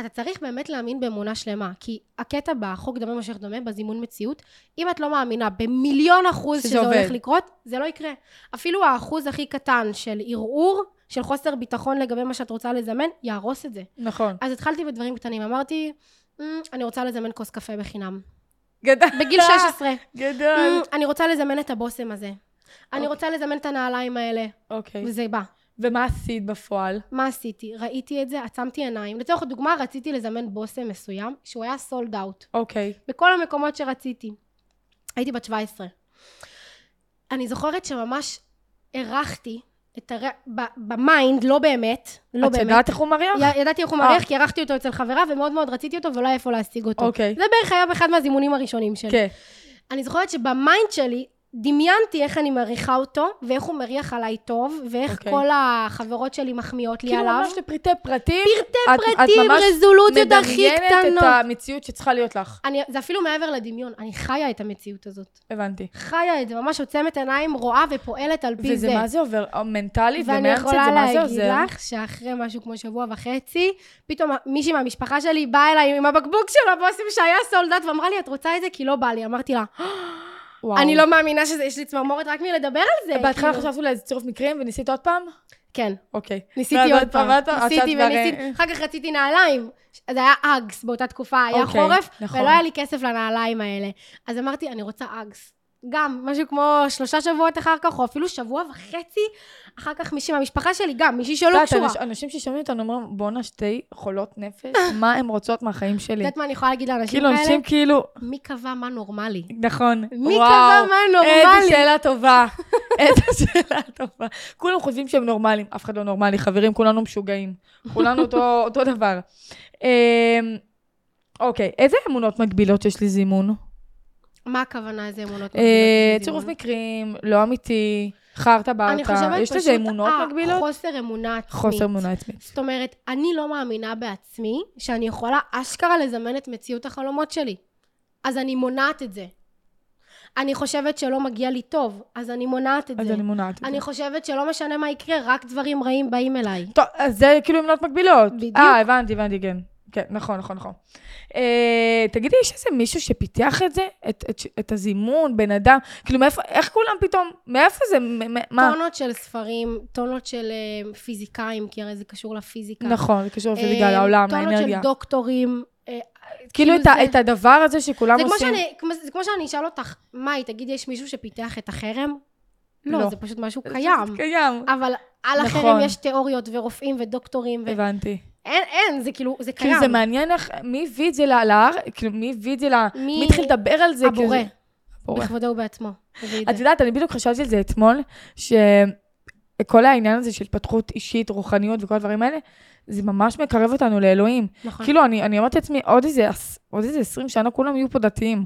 Speaker 2: אתה צריך באמת להאמין באמונה שלמה. כי הקטע בחוק דומה מושך דומה, בזימון מציאות, אם את לא מאמינה במיליון אחוז
Speaker 1: שזה
Speaker 2: שזה,
Speaker 1: עובד.
Speaker 2: הולך לקרות, זה לא יקרה. אפילו האחוז הכי קטן של ערעור, של חוסר ביטחון לגבי מה שאת רוצה לזמן, יהרוס את זה.
Speaker 1: נכון.
Speaker 2: אז התחלתי בדברים קטנים, אמרתי, "מ, אני רוצה לזמן כוס קפה בחינם.
Speaker 1: גדול.
Speaker 2: בגיל 16. "מ,
Speaker 1: גדול.
Speaker 2: אני רוצה לזמן את הבושם הזה. אני
Speaker 1: אוקיי.
Speaker 2: רוצה לזמן את הנעליים האלה.
Speaker 1: אוקיי.
Speaker 2: וזה בא.
Speaker 1: ומה עשית בפועל?
Speaker 2: מה עשיתי? ראיתי את זה, עצמתי עיניים. לצורך הדוגמה, רציתי לזמן בושם מסוים, שהוא היה סולד אאוט.
Speaker 1: אוקיי.
Speaker 2: בכל המקומות שרציתי. הייתי בת 17. אני זוכרת שממש הרחתי את הר... ב- במיינד, לא באמת, לא
Speaker 1: את
Speaker 2: באמת.
Speaker 1: יודעת איך הוא מריח?
Speaker 2: י- ידעתי איך הוא
Speaker 1: אה.
Speaker 2: מריח, כי ערכתי אותו אצל חברה, ומאוד מאוד רציתי אותו, ולא היה איפה להשיג אותו.
Speaker 1: אוקיי.
Speaker 2: זה בערך היה באחד מהזימונים הראשונים שלי.
Speaker 1: כן.
Speaker 2: אני זוכרת שבמיינד שלי דמיינתי איך אני מריחה אותו, ואיך הוא מריח עליי טוב, ואיך
Speaker 1: אוקיי.
Speaker 2: כל החברות שלי מחמיאות לי
Speaker 1: כאילו
Speaker 2: עליו.
Speaker 1: ממש לפרטי פרטים.
Speaker 2: פרטי
Speaker 1: את- את
Speaker 2: פרטים,
Speaker 1: ממש
Speaker 2: רזולוציות הכי
Speaker 1: מדמיינת
Speaker 2: קטנות.
Speaker 1: את המציאות שצריכה להיות לך.
Speaker 2: אני, זה אפילו מעבר לדמיון, אני חיה את המציאות הזאת.
Speaker 1: הבנתי.
Speaker 2: חיה את זה, ממש עוצמת עיניים, רואה ופועלת על פי
Speaker 1: וזה
Speaker 2: זה.
Speaker 1: מה זה עובר, מנטלית
Speaker 2: ואני
Speaker 1: ומאמצת,
Speaker 2: יכולה
Speaker 1: זה מה זה
Speaker 2: להגיד
Speaker 1: עוזר.
Speaker 2: לך שאחרי משהו כמו שבוע וחצי, פתאום מישהי מהמשפחה שלי באה אליי עם הבקבוק של הבושם שהיה סולדת ואמרה לי, את רוצה את זה? כי לא בא לי. אמרתי לה,
Speaker 1: וואו.
Speaker 2: אני לא מאמינה שזה, יש לי צמרמורת רק מלדבר על זה.
Speaker 1: בהתחלה
Speaker 2: כאילו.
Speaker 1: חשבת אולי זה צירוף מקרים וניסית עוד פעם?
Speaker 2: כן,
Speaker 1: אוקיי. ואז
Speaker 2: ניסיתי עוד
Speaker 1: את
Speaker 2: פעם.
Speaker 1: עבדת, עשית
Speaker 2: ניסיתי
Speaker 1: כבר, אה,
Speaker 2: וניסיתי, אחר כך רציתי נעליים. זה היה אגס באותה תקופה, היה
Speaker 1: אוקיי,
Speaker 2: חורף,
Speaker 1: נכון.
Speaker 2: ולא היה לי כסף לנעליים האלה. אז אמרתי, אני רוצה אגס. גם, משהו כמו שלושה שבועות אחר כך, או אפילו שבוע וחצי, אחר כך מישהי מהמשפחה שלי, גם, מישהי שלא
Speaker 1: את יודעת,
Speaker 2: לא קשורה.
Speaker 1: אנש- אנשים ששומעים אותנו אומרים, בואנה שתי חולות נפש,
Speaker 2: אה.
Speaker 1: מה הן רוצות מהחיים
Speaker 2: את
Speaker 1: שלי?
Speaker 2: יודעת מה אני יכולה להגיד לאנשים
Speaker 1: כאילו,
Speaker 2: כאלה?
Speaker 1: אנשים כאילו,
Speaker 2: מי קבע מה נורמלי?
Speaker 1: נכון.
Speaker 2: מי
Speaker 1: וואו,
Speaker 2: קבע מה
Speaker 1: איזה
Speaker 2: נורמלי?
Speaker 1: שאלה טובה. איזה שאלה טובה. כולם חושבים שהם נורמלים, אף אחד לא נורמלי, חברים, כולנו משוגעים. כולנו אותו, אותו דבר. אמ, אוקיי, איזה אמונות מגבילות יש לזימון?
Speaker 2: מה הכוונה איזה אמונות?
Speaker 1: אה,
Speaker 2: מגבילות
Speaker 1: צירוף
Speaker 2: שזימנו?
Speaker 1: מקרים, לא אמיתי, חרטה
Speaker 2: אני
Speaker 1: ברטה,
Speaker 2: חושבת
Speaker 1: יש לזה
Speaker 2: פשוט,
Speaker 1: אמונות
Speaker 2: אה,
Speaker 1: מגבילות?
Speaker 2: חוסר אמונה עצמית.
Speaker 1: חוסר אמונה עצמית.
Speaker 2: זאת אומרת, אני לא מאמינה בעצמי שאני יכולה אשכרה לזמן את מציאות החלומות שלי. אז אני מונעת את זה. אני חושבת שלא מגיע לי טוב, אז אני מונעת את
Speaker 1: אז
Speaker 2: זה.
Speaker 1: אני מונעת את זה.
Speaker 2: אני חושבת שלא משנה מה יקרה, רק דברים רעים באים אליי.
Speaker 1: טוב, אז זה כאילו אמונות מגבילות.
Speaker 2: בדיוק.
Speaker 1: אה, הבנתי, הבנתי, כן. כן, נכון, נכון, נכון. אה, תגידי, יש איזה מישהו שפיתח את זה? את, את, את הזימון, בן אדם? כאילו, מאיפה, איך כולם פתאום, מאיפה זה, מ- מ- מה?
Speaker 2: טונות של ספרים, טונות של אה, פיזיקאים, כי הרי זה קשור לפיזיקה.
Speaker 1: נכון, זה קשור לפיזיקה,
Speaker 2: אה,
Speaker 1: לעולם,
Speaker 2: טונות
Speaker 1: לאנרגיה.
Speaker 2: של דוקטורים. אה,
Speaker 1: כאילו, את,
Speaker 2: זה-
Speaker 1: ה- את הדבר הזה שכולם
Speaker 2: זה כמו,
Speaker 1: עושים.
Speaker 2: שאני, כמו, זה כמו שאני אשאל אותך, מאי, תגידי, יש מישהו שפיתח את החרם? לא,
Speaker 1: לא.
Speaker 2: זה פשוט משהו קיים. אה,
Speaker 1: קיים.
Speaker 2: אבל על
Speaker 1: נכון.
Speaker 2: החרם יש תיאוריות ורופאים ודוקטורים, ו...
Speaker 1: הבנתי.
Speaker 2: אין, אין, זה כאילו, זה קיים.
Speaker 1: כאילו, זה מעניין איך, מי הביא את זה ל- להר? כאילו, מי הביא את זה ל...
Speaker 2: מי-
Speaker 1: מי התחיל לדבר על זה? כאילו,
Speaker 2: הבורא,
Speaker 1: זה- הבורא.
Speaker 2: בכבודו ובעצמו. הביא את
Speaker 1: את
Speaker 2: זה.
Speaker 1: יודעת, אני בדיוק חשבתי על זה אתמול, שכל העניין הזה של התפתחות אישית, רוחניות וכל הדברים האלה, זה ממש מקרב אותנו לאלוהים.
Speaker 2: נכון.
Speaker 1: כאילו, אני, אני אומרת לעצמי, עוד איזה, עש- עוד איזה 20 שנה כולם יהיו פה דתיים.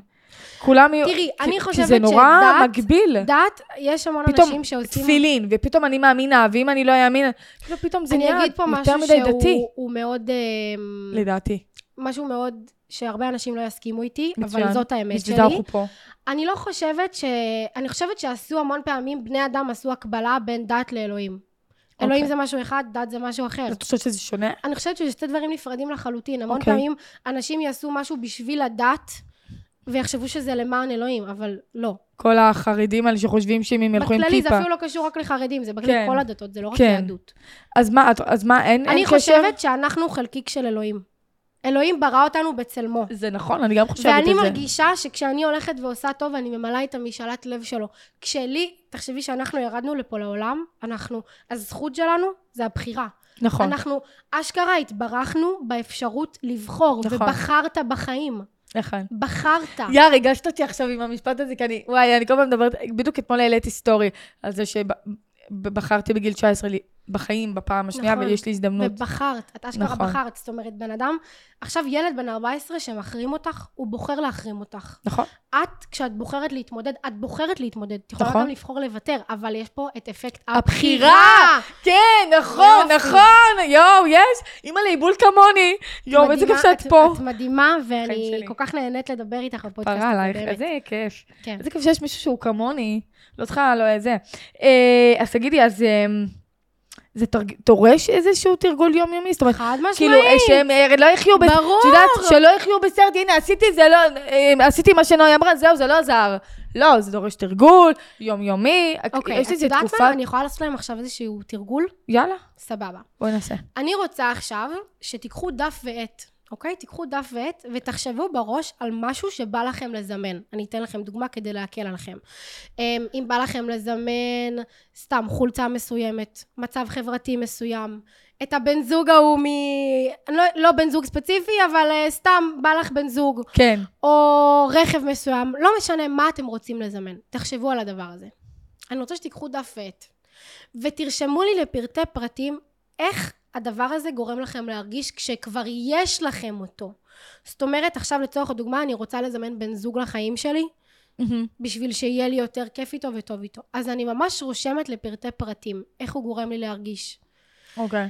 Speaker 1: כולם יהיו...
Speaker 2: תראי,
Speaker 1: כי-
Speaker 2: אני
Speaker 1: כי
Speaker 2: חושבת
Speaker 1: זה נורא
Speaker 2: שדת-
Speaker 1: מגביל.
Speaker 2: דת, יש המון
Speaker 1: פתאום
Speaker 2: אנשים שעושים...
Speaker 1: תפילין, ופתאום אני מאמינה, ואם אני לא אאמין... כאילו פתאום זה נהיה
Speaker 2: אני אגיד פה
Speaker 1: יותר
Speaker 2: משהו
Speaker 1: מדי דתי,
Speaker 2: שהוא הוא מאוד... אמ,
Speaker 1: לדעתי.
Speaker 2: משהו מאוד... שהרבה אנשים לא יסכימו איתי,
Speaker 1: מצוין.
Speaker 2: אבל זאת האמת
Speaker 1: בשביל
Speaker 2: שלי.
Speaker 1: זה אנחנו פה.
Speaker 2: אני לא חושבת ש... אני חושבת שעשו המון פעמים, בני אדם עשו הקבלה בין דת לאלוהים.
Speaker 1: אוקיי.
Speaker 2: אלוהים זה משהו אחד, דת זה משהו אחר.
Speaker 1: אז את חושבת שזה שונה?
Speaker 2: אני חושבת שזה שתי דברים נפרדים לחלוטין. המון
Speaker 1: אוקיי.
Speaker 2: פעמים אנשים יעשו משהו בשביל הדת, ויחשבו שזה למען אלוהים, אבל לא.
Speaker 1: כל החרדים האלה שחושבים שאם הם ילכו עם
Speaker 2: בכללי זה
Speaker 1: כיפה.
Speaker 2: אפילו לא קשור רק לחרדים, זה
Speaker 1: כן.
Speaker 2: בכלל כל הדתות, זה לא רק
Speaker 1: כן.
Speaker 2: יהדות.
Speaker 1: אז מה, את- אז מה, אין אין
Speaker 2: לא- אני
Speaker 1: קשר?
Speaker 2: חושבת שאנחנו חלקיק של אלוהים. אלוהים ברא אותנו בצלמו.
Speaker 1: זה נכון, אני גם חושבת את זה.
Speaker 2: ואני מרגישה שכשאני הולכת ועושה טוב, אני ממלאה את המשאלת לב שלו. כשלי, תחשבי שאנחנו ירדנו לפה לעולם, אנחנו, הזכות שלנו זה הבחירה.
Speaker 1: נכון,
Speaker 2: אנחנו אשכרה התברכנו באפשרות לבחור,
Speaker 1: נכון.
Speaker 2: ובחרת בחיים.
Speaker 1: נכון.
Speaker 2: בחרת.
Speaker 1: יא, ריגשת אותי עכשיו עם המשפט הזה, כי אני, וואי, אני כל פעם מדברת, בדיוק אתמול העליתי סטורי על זה שבחרתי בגיל 19 לי- בחיים בפעם השנייה,
Speaker 2: נכון.
Speaker 1: ויש לי הזדמנות.
Speaker 2: ובחרת, את אשכרה
Speaker 1: נכון.
Speaker 2: בחרת, זאת אומרת, בן אדם, עכשיו ילד בן 14 שמחרים אותך, הוא בוחר להחרים אותך.
Speaker 1: נכון,
Speaker 2: את, כשאת בוחרת להתמודד, את בוחרת להתמודד. את יכולה
Speaker 1: נכון.
Speaker 2: גם לבחור לוותר, אבל יש פה את אפקט
Speaker 1: הבחירה.
Speaker 2: הבחירה.
Speaker 1: כן, נכון,
Speaker 2: יופי.
Speaker 1: נכון, יואו, יש, אימא לעיבול כמוני, יואו, איזה כיף
Speaker 2: מדהימה,
Speaker 1: שאת פה.
Speaker 2: את מדהימה,
Speaker 1: חיים
Speaker 2: ואני
Speaker 1: שלי.
Speaker 2: כל כך נהנית לדבר איתך בפודקאסט.
Speaker 1: פרה עלייך,
Speaker 2: הקודמת.
Speaker 1: איזה כיף.
Speaker 2: כן.
Speaker 1: איזה כיף שיש מישהו שהוא כמוני, לא צריכה, לא זה. אה, אז תגידי, אז אה, זה תרג- דורש איזשהו תרגול יומיומי? זאת אומרת,
Speaker 2: חד
Speaker 1: כאילו,
Speaker 2: משמעית.
Speaker 1: אה, שהם אה, לא יחיו, בס-
Speaker 2: ברור.
Speaker 1: את יודעת, שלא יחיו בסרט, הנה, עשיתי זה לא, אה, עשיתי מה שנוי אמרה, זהו, זה לא עזר. לא, זה דורש תרגול, יומיומי,
Speaker 2: אוקיי,
Speaker 1: יש
Speaker 2: את
Speaker 1: איזה
Speaker 2: יודעת
Speaker 1: תקופה,
Speaker 2: מה? אני יכולה לעשות להם עכשיו איזשהו תרגול?
Speaker 1: יאללה,
Speaker 2: סבבה.
Speaker 1: בואי נעשה.
Speaker 2: אני רוצה עכשיו שתיקחו דף ועט, אוקיי? תיקחו דף ועט ותחשבו בראש על משהו שבא לכם לזמן. אני אתן לכם דוגמה כדי להקל עליכם. אמ, אם בא לכם לזמן סתם חולצה מסוימת, מצב חברתי מסוים, את הבן זוג ההוא מ... אני לא, לא בן זוג ספציפי, אבל אה, סתם בא לך בן זוג,
Speaker 1: כן.
Speaker 2: או רכב מסוים, לא משנה מה אתם רוצים לזמן. תחשבו על הדבר הזה. אני רוצה שתיקחו דף ועט ותרשמו לי לפרטי פרטים איך הדבר הזה גורם לכם להרגיש כשכבר יש לכם אותו. זאת אומרת, עכשיו לצורך הדוגמה, אני רוצה לזמן בן זוג לחיים שלי,
Speaker 1: מהמם.
Speaker 2: בשביל שיהיה לי יותר כיף איתו וטוב איתו. אז אני ממש רושמת לפרטי פרטים, איך הוא גורם לי להרגיש.
Speaker 1: אוקיי.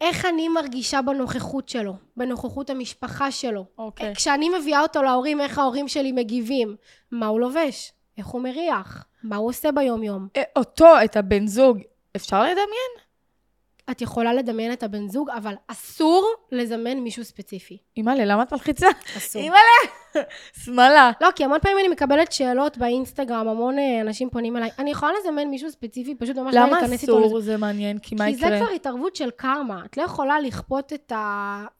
Speaker 2: איך אני מרגישה בנוכחות שלו, בנוכחות המשפחה שלו.
Speaker 1: אוקיי.
Speaker 2: אה, כשאני מביאה אותו להורים, איך ההורים שלי מגיבים. מה הוא לובש? איך הוא מריח? מה הוא עושה ביום-יום?
Speaker 1: אה, אותו, את הבן זוג, אפשר לדמיין?
Speaker 2: את יכולה לדמיין את הבן זוג, אבל אסור לזמן מישהו ספציפי.
Speaker 1: אימא'לה, למה את מלחיצה?
Speaker 2: אסור.
Speaker 1: אימא'לה! שמאלה.
Speaker 2: לא, כי המון פעמים אני מקבלת שאלות באינסטגרם, המון אה, אנשים פונים אליי. אני יכולה לזמן מישהו ספציפי, פשוט ממש לא
Speaker 1: למה
Speaker 2: להיכנס איתו לזה.
Speaker 1: אסור? זה מעניין, כי מה
Speaker 2: כי זה
Speaker 1: יקרה?
Speaker 2: כבר התערבות של קרמה. את לא יכולה לכפות את
Speaker 1: כן.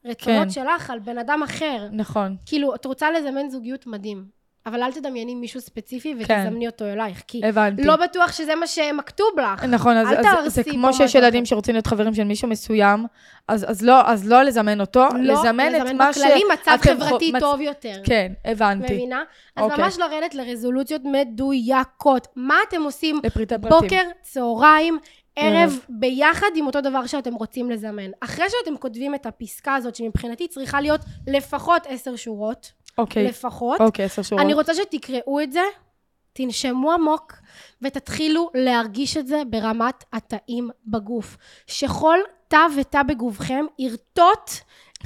Speaker 2: הרצונות שלך על בן אדם אחר.
Speaker 1: נכון.
Speaker 2: כאילו, את רוצה לזמן זוגיות מדהים, אבל אל תדמייני מישהו ספציפי
Speaker 1: כן.
Speaker 2: ותזמני אותו אלייך, כי
Speaker 1: הבנתי.
Speaker 2: לא בטוח שזה מה שמכתוב לך.
Speaker 1: נכון, אז,
Speaker 2: אל
Speaker 1: אז זה
Speaker 2: תהרסי פה
Speaker 1: כמו שיש
Speaker 2: משהו.
Speaker 1: ילדים שרוצים להיות חברים של מישהו מסוים, אז, אז, לא, אז לא לזמן אותו,
Speaker 2: לא,
Speaker 1: לזמן את מה ש...
Speaker 2: בכללי מצב
Speaker 1: אתם חו-
Speaker 2: חברתי
Speaker 1: מצ-
Speaker 2: טוב יותר.
Speaker 1: כן, הבנתי.
Speaker 2: מבינה? אז
Speaker 1: אוקיי.
Speaker 2: ממש לרדת לרזולוציות מדויקות. מה אתם עושים
Speaker 1: לפרטי פרטים.
Speaker 2: בוקר, צהריים, ערב,
Speaker 1: ערב.
Speaker 2: ביחד עם אותו דבר שאתם רוצים לזמן. אחרי שאתם כותבים את הפסקה הזאת, שמבחינתי צריכה להיות לפחות עשר שורות,
Speaker 1: אוקיי,
Speaker 2: לפחות,
Speaker 1: אוקיי, עשר שורות.
Speaker 2: אני רוצה שתקראו את זה, תנשמו עמוק, ותתחילו להרגיש את זה ברמת התאים בגוף. שכל תא ותא בגופכם ירטוט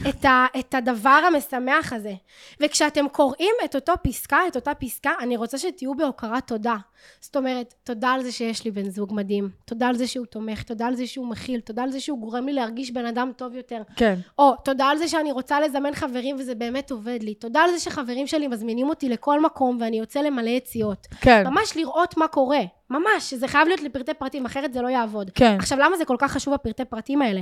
Speaker 2: את, ה, את הדבר המשמח הזה. וכשאתם קוראים את אותו פסקה, את אותה פסקה, אני רוצה שתהיו בהוקרת תודה. זאת אומרת, תודה על זה שיש לי בן זוג מדהים, תודה על זה שהוא תומך, תודה על זה שהוא מכיל, תודה על זה שהוא גורם לי להרגיש בן אדם טוב יותר,
Speaker 1: כן,
Speaker 2: או, תודה על זה שאני רוצה לזמן חברים וזה באמת עובד לי. תודה על זה שחברים שלי מזמינים אותי לכל מקום ואני יוצא למלא יציאות.
Speaker 1: כן,
Speaker 2: ממש לראות מה קורה. ממש, זה חייב להיות לפרטי פרטים, אחרת זה לא יעבוד.
Speaker 1: כן,
Speaker 2: עכשיו, למה זה כל כך חשוב הפרטי פרטים האלה?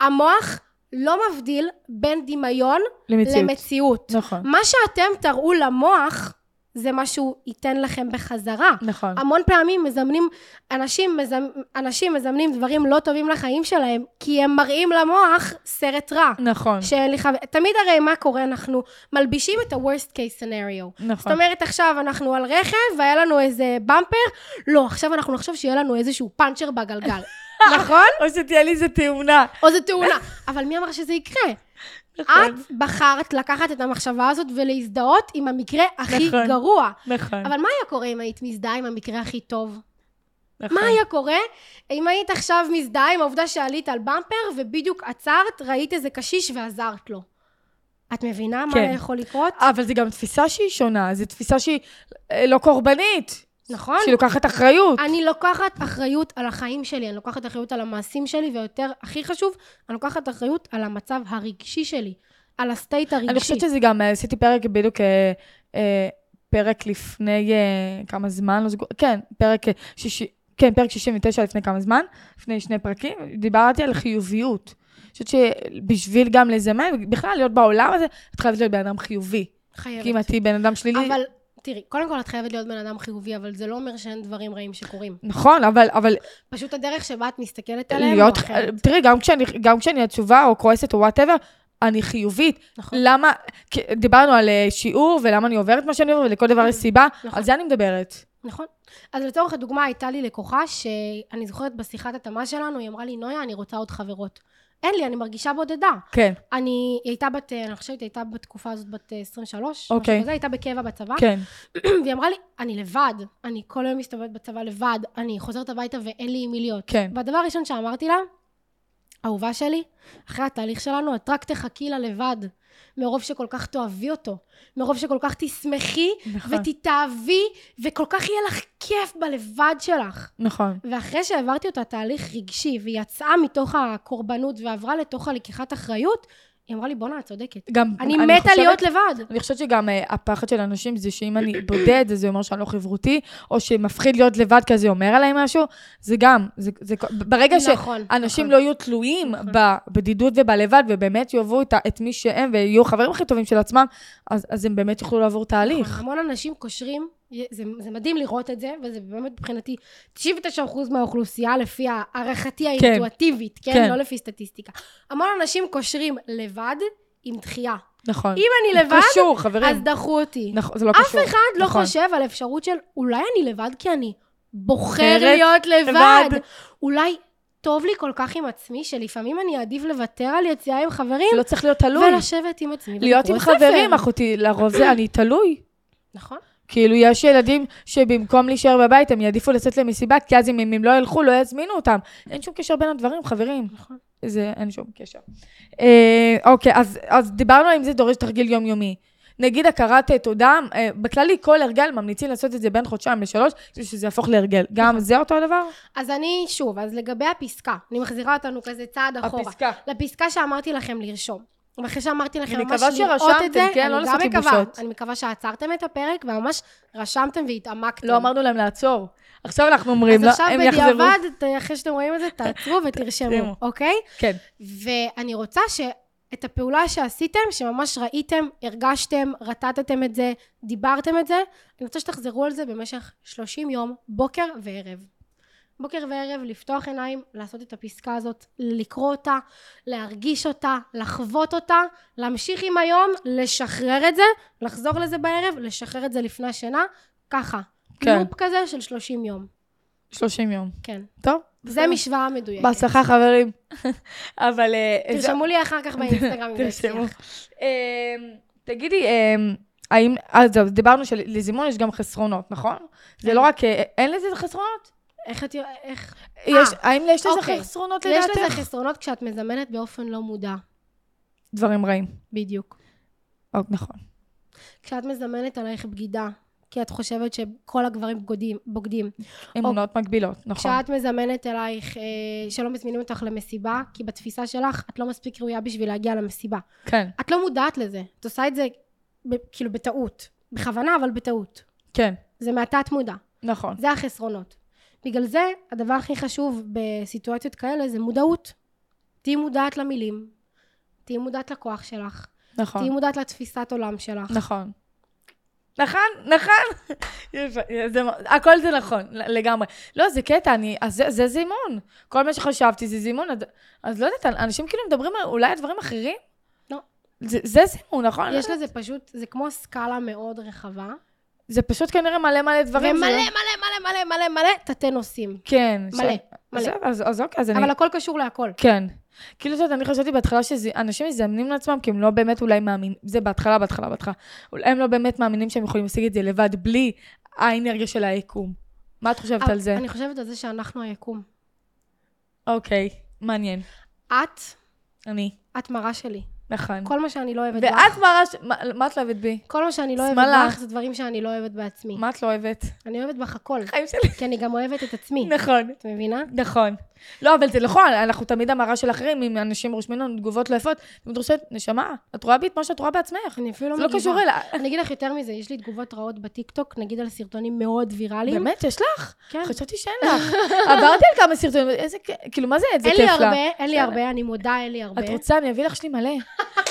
Speaker 2: המוח לא מבדיל בין דמיון
Speaker 1: למציאות.
Speaker 2: למציאות.
Speaker 1: נכון,
Speaker 2: מה שאתם תראו למוח, זה מה שהוא ייתן לכם בחזרה.
Speaker 1: נכון.
Speaker 2: המון פעמים מזמנים, אנשים, מזמ, אנשים מזמנים דברים לא טובים לחיים שלהם, כי הם מראים למוח סרט רע.
Speaker 1: נכון,
Speaker 2: שאין לי חבר... תמיד הרי מה קורה? אנחנו מלבישים את ה-worst case scenario. זאת
Speaker 1: נכון.
Speaker 2: אומרת, עכשיו אנחנו על רכב, והיה לנו איזה במפר, לא, עכשיו אנחנו נחשוב שיהיה לנו איזשהו פאנצ'ר בגלגל, נכון?
Speaker 1: או שתהיה לי איזה תאונה.
Speaker 2: או זו תאונה. אבל מי אמר שזה יקרה?
Speaker 1: נכון, כן.
Speaker 2: את בחרת לקחת את המחשבה הזאת ולהזדהות עם המקרה הכי
Speaker 1: נכון.
Speaker 2: גרוע.
Speaker 1: נכון,
Speaker 2: אבל מה היה קורה אם היית מזדהה עם המקרה הכי טוב?
Speaker 1: נכון.
Speaker 2: מה היה קורה אם היית עכשיו מזדהה עם העובדה שעלית על במפר ובדיוק עצרת, ראית איזה קשיש ועזרת לו? את מבינה מה
Speaker 1: כן.
Speaker 2: יכול לקרות?
Speaker 1: אבל זו גם תפיסה שהיא שונה, זו תפיסה שהיא אה, לא קורבנית,
Speaker 2: נכון?
Speaker 1: שהיא לוקחת אחריות.
Speaker 2: אני לוקחת אחריות על החיים שלי, אני לוקחת אחריות על המעשים שלי, ויותר, הכי חשוב, אני לוקחת אחריות על המצב הרגשי שלי, על הסטייט הרגשי.
Speaker 1: אני חושבת שזה גם, אה, עשיתי פרק בדיוק, אה, אה, פרק לפני אה, כמה זמן, לא זוכר, כן, פרק אה, שישי, כן, פרק 69 לפני כמה זמן, לפני שני פרקים, דיברתי על חיוביות. אני חושבת שבשביל גם לזמן, בכלל להיות בעולם הזה, את חייבת להיות בן אדם חיובי.
Speaker 2: חייבת.
Speaker 1: כי אם את תהיי בן אדם שלילי...
Speaker 2: אבל תראי, קודם כל את חייבת להיות בן אדם חיובי, אבל זה לא אומר שאין דברים רעים שקורים.
Speaker 1: נכון, אבל, אבל
Speaker 2: פשוט הדרך שבה את מסתכלת עליהם
Speaker 1: להיות, לא,
Speaker 2: הוא אחרת.
Speaker 1: תראי, גם כשאני, גם כשאני עצובה או כועסת או וואטאבר, אני חיובית.
Speaker 2: נכון.
Speaker 1: למה, כי דיברנו על אה, שיעור ולמה אני עוברת מה שאני עוברת, ולכל דבר יש סיבה,
Speaker 2: נכון.
Speaker 1: על זה אני מדברת.
Speaker 2: נכון. אז לצורך הדוגמה הייתה לי לקוחה שאני זוכרת בשיחת התאמה שלנו, היא אמרה לי, נויה, אני רוצה עוד חברות. אין לי, אני מרגישה בודדה.
Speaker 1: כן,
Speaker 2: אני, היא הייתה בת, אה, אני חושבת, היא הייתה בתקופה הזאת בת אה, 23,
Speaker 1: אוקיי.
Speaker 2: משהו כזה, הייתה בקבע בצבא.
Speaker 1: כן.
Speaker 2: והיא אמרה לי, אני לבד, אני כל היום מסתובבת בצבא לבד, אני חוזרת הביתה ואין לי עם מי להיות.
Speaker 1: כן.
Speaker 2: והדבר הראשון שאמרתי לה, אהובה שלי, אחרי התהליך שלנו, את רק תחכי לה לבד, מרוב שכל כך תאהבי אותו, מרוב שכל כך תשמחי,
Speaker 1: נכון.
Speaker 2: ותתאהבי, וכל כך יהיה לך כיף בלבד שלך.
Speaker 1: נכון.
Speaker 2: ואחרי שהעברתי אותה תהליך רגשי, והיא יצאה מתוך הקורבנות ועברה לתוך הלקיחת אחריות, היא אמרה לי, בואנה, את צודקת.
Speaker 1: גם,
Speaker 2: אני, מתה
Speaker 1: חושבת-
Speaker 2: להיות לבד.
Speaker 1: אני חושבת שגם אה, הפחד של אנשים זה שאם אני בודד, אז זה אומר שאני לא חברותי, או שמפחיד להיות לבד כי אז זה אומר עליי משהו, זה גם, זה, זה, ברגע
Speaker 2: נכון,
Speaker 1: שאנשים
Speaker 2: נכון.
Speaker 1: לא יהיו תלויים בבדידות ובלבד, ובאמת יאהבו את, ה- את מי שהם, ויהיו חברים הכי טובים של עצמם, אז, אז הם באמת יוכלו לעבור תהליך.
Speaker 2: נכון, המון אנשים קושרים, זה, זה מדהים לראות את זה, וזה באמת מבחינתי 99% מהאוכלוסייה לפי הערכתי האינטואטיבית, כן?
Speaker 1: כן.
Speaker 2: לא לפי סטטיסטיקה. המון אנשים קושרים לבד עם דחייה.
Speaker 1: נכון.
Speaker 2: אם אני לבד,
Speaker 1: קשור,
Speaker 2: אז
Speaker 1: חברים.
Speaker 2: דחו אותי.
Speaker 1: נכון, זה לא
Speaker 2: אף
Speaker 1: קשור.
Speaker 2: אחד לא
Speaker 1: נכון.
Speaker 2: חושב על אפשרות של אולי אני לבד כי אני בוחר
Speaker 1: בוחרת
Speaker 2: להיות לבד.
Speaker 1: לבד.
Speaker 2: אולי טוב לי כל כך עם עצמי, שלפעמים אני אעדיף לוותר על יציאה עם חברים,
Speaker 1: לא צריך להיות תלוי.
Speaker 2: ולשבת עם עצמי.
Speaker 1: להיות
Speaker 2: ולקרוא
Speaker 1: עם
Speaker 2: ספר.
Speaker 1: חברים, אחותי, לרוב זה אני תלוי.
Speaker 2: נכון.
Speaker 1: כאילו, יש ילדים שבמקום להישאר בבית, הם יעדיפו לצאת למסיבה, כי אז אם הם הם לא ילכו, לא יזמינו אותם. אין שום קשר בין הדברים, חברים.
Speaker 2: נכון.
Speaker 1: זה, אין שום קשר. אה, אוקיי, אז, אז דיברנו על אם זה דורש תרגיל יומיומי. נגיד הכרת אה, תודה, אה, בכללי כל הרגל ממליצים לעשות את זה בין חודשיים לשלוש, כדי שזה יהפוך להרגל. גם זה אותו הדבר?
Speaker 2: אז אני, שוב, אז לגבי הפסקה, אני מחזירה אותנו כזה צעד אחורה.
Speaker 1: הפסקה.
Speaker 2: לפסקה שאמרתי לכם לרשום. ואחרי שאמרתי לכם
Speaker 1: אני
Speaker 2: ממש
Speaker 1: מקווה
Speaker 2: לראות
Speaker 1: שרשמתם,
Speaker 2: את זה,
Speaker 1: כן?
Speaker 2: אני
Speaker 1: לא
Speaker 2: גם
Speaker 1: לעשות
Speaker 2: מקווה,
Speaker 1: ייבושות.
Speaker 2: אני מקווה שעצרתם את הפרק וממש רשמתם והתעמקתם.
Speaker 1: לא אמרנו להם לעצור. עכשיו אנחנו אומרים,
Speaker 2: אז
Speaker 1: לא,
Speaker 2: עכשיו
Speaker 1: הם יחזרו.
Speaker 2: בדיעבד, ת- אחרי שאתם רואים את זה, תעצרו ותרשמו,
Speaker 1: תרשמו.
Speaker 2: אוקיי?
Speaker 1: כן,
Speaker 2: ואני רוצה שאת הפעולה שעשיתם, שממש ראיתם, הרגשתם, רטטתם את זה, דיברתם את זה, אני רוצה שתחזרו על זה במשך 30 יום, בוקר וערב. בוקר וערב, לפתוח עיניים, לעשות את הפסקה הזאת, לקרוא אותה, להרגיש אותה, לחוות אותה, להמשיך עם היום, לשחרר את זה, לחזור לזה בערב, לשחרר את זה לפני השינה, ככה.
Speaker 1: כן.
Speaker 2: כן. לופ כזה של 30 יום.
Speaker 1: 30 יום.
Speaker 2: כן.
Speaker 1: טוב?
Speaker 2: זה משוואה מדויקת.
Speaker 1: בהצלחה, חברים. כן. אבל... אה, זה-
Speaker 2: תרשמו לי אחר כך באינסטגרם. אם זה
Speaker 1: תרשמו.
Speaker 2: הצליח.
Speaker 1: אמ, תגידי, אמ, האם, אז זהו, דיברנו שלזימון יש גם חסרונות, נכון? זה
Speaker 2: כן.
Speaker 1: לא רק, אה, אין לזה חסרונות?
Speaker 2: איך את... איך...
Speaker 1: יש, האם יש לזה
Speaker 2: אה, אוקיי.
Speaker 1: חסרונות
Speaker 2: יש לזה
Speaker 1: לדעתך?
Speaker 2: חסרונות כשאת מזמנת באופן לא מודע.
Speaker 1: דברים רעים.
Speaker 2: בדיוק.
Speaker 1: אוק, נכון.
Speaker 2: כשאת מזמנת עלייך בגידה, כי את חושבת שכל הגברים בוגדים. בוגדים.
Speaker 1: אמונות מגבילות, נכון.
Speaker 2: כשאת מזמנת אלייך, אה, שלא מזמינים אותך למסיבה, כי בתפיסה שלך את לא מספיק ראויה בשביל להגיע למסיבה.
Speaker 1: כן,
Speaker 2: את לא מודעת לזה. את עושה את זה ב, כאילו בטעות. בכוונה, אבל בטעות.
Speaker 1: כן,
Speaker 2: זה מהתת מודע.
Speaker 1: נכון.
Speaker 2: זה החסרונות. בגלל זה, הדבר הכי חשוב בסיטואציות כאלה זה מודעות. תהיי מודעת למילים, תהיי מודעת לכוח שלך,
Speaker 1: נכון.
Speaker 2: תהיי מודעת לתפיסת עולם שלך.
Speaker 1: נכון. נכון, נכון. יפה, זה מ- הכל זה נכון, ל- לגמרי. לא, זה קטע, אני, אז זה, זה זימון. כל מה שחשבתי זה זימון, אז, אז לא יודעת, אנשים כאילו מדברים על אולי על דברים אחרים?
Speaker 2: לא.
Speaker 1: זה, זה זימון, נכון?
Speaker 2: יש לזה פשוט, זה כמו סקאלה מאוד רחבה.
Speaker 1: זה פשוט כנראה מלא מלא
Speaker 2: ומלא
Speaker 1: דברים. זה
Speaker 2: מלא
Speaker 1: לא-
Speaker 2: מלא מלא מלא מלא תתי נוסעים.
Speaker 1: כן.
Speaker 2: מלא,
Speaker 1: ש-
Speaker 2: מלא.
Speaker 1: אז- אז אוקיי, אז אני...
Speaker 2: אבל הכל קשור להכל.
Speaker 1: כן. כאילו שאת, אני חשבתי בהתחלה שאנשים מזמנים לעצמם, כי הם לא באמת אולי מאמינים, זה בהתחלה, בהתחלה, בהתחלה. אולי הם לא באמת מאמינים שהם יכולים להשיג את זה לבד, בלי האנרגיה של היקום. מה את חושבת על זה?
Speaker 2: אני חושבת על זה שאנחנו היקום.
Speaker 1: אוקיי, מעניין.
Speaker 2: את,
Speaker 1: אני,
Speaker 2: את מראה שלי.
Speaker 1: נכון.
Speaker 2: כל מה שאני לא אוהבת
Speaker 1: ואת
Speaker 2: בך,
Speaker 1: מראה, ש- מה- מה את לא אוהבת בי?
Speaker 2: כל מה שאני לא אוהבת
Speaker 1: שמאלה.
Speaker 2: בך זה דברים שאני לא אוהבת בעצמי.
Speaker 1: מה את לא אוהבת?
Speaker 2: אני אוהבת בך הכל,
Speaker 1: חיים שלי.
Speaker 2: כי אני גם אוהבת את עצמי.
Speaker 1: נכון.
Speaker 2: את מבינה?
Speaker 1: נכון. לא, אבל זה נכון, אנחנו תמיד המראה של אחרים, אם אנשים רושמים לנו תגובות לא יפות, את חושבת, נשמה, את רואה בי את מה שאת רואה בעצמך.
Speaker 2: אני אפילו לא
Speaker 1: זה
Speaker 2: מגיבה.
Speaker 1: לא קשור אליה.
Speaker 2: אני אגיד לך יותר מזה, יש לי תגובות רעות בטיקטוק, נגיד על סרטונים מאוד ויראליים.
Speaker 1: באמת, יש לך?
Speaker 2: כן.
Speaker 1: חשבתי שאין לך. עברתי על כמה סרטונים, איזה, כ- כאילו, מה זה, זה
Speaker 2: אין
Speaker 1: כיף
Speaker 2: לי
Speaker 1: לה.
Speaker 2: הרבה, אין לי הרבה, אני מודה, אין לי הרבה.
Speaker 1: את רוצה, אני אביא לך, יש לי מלא.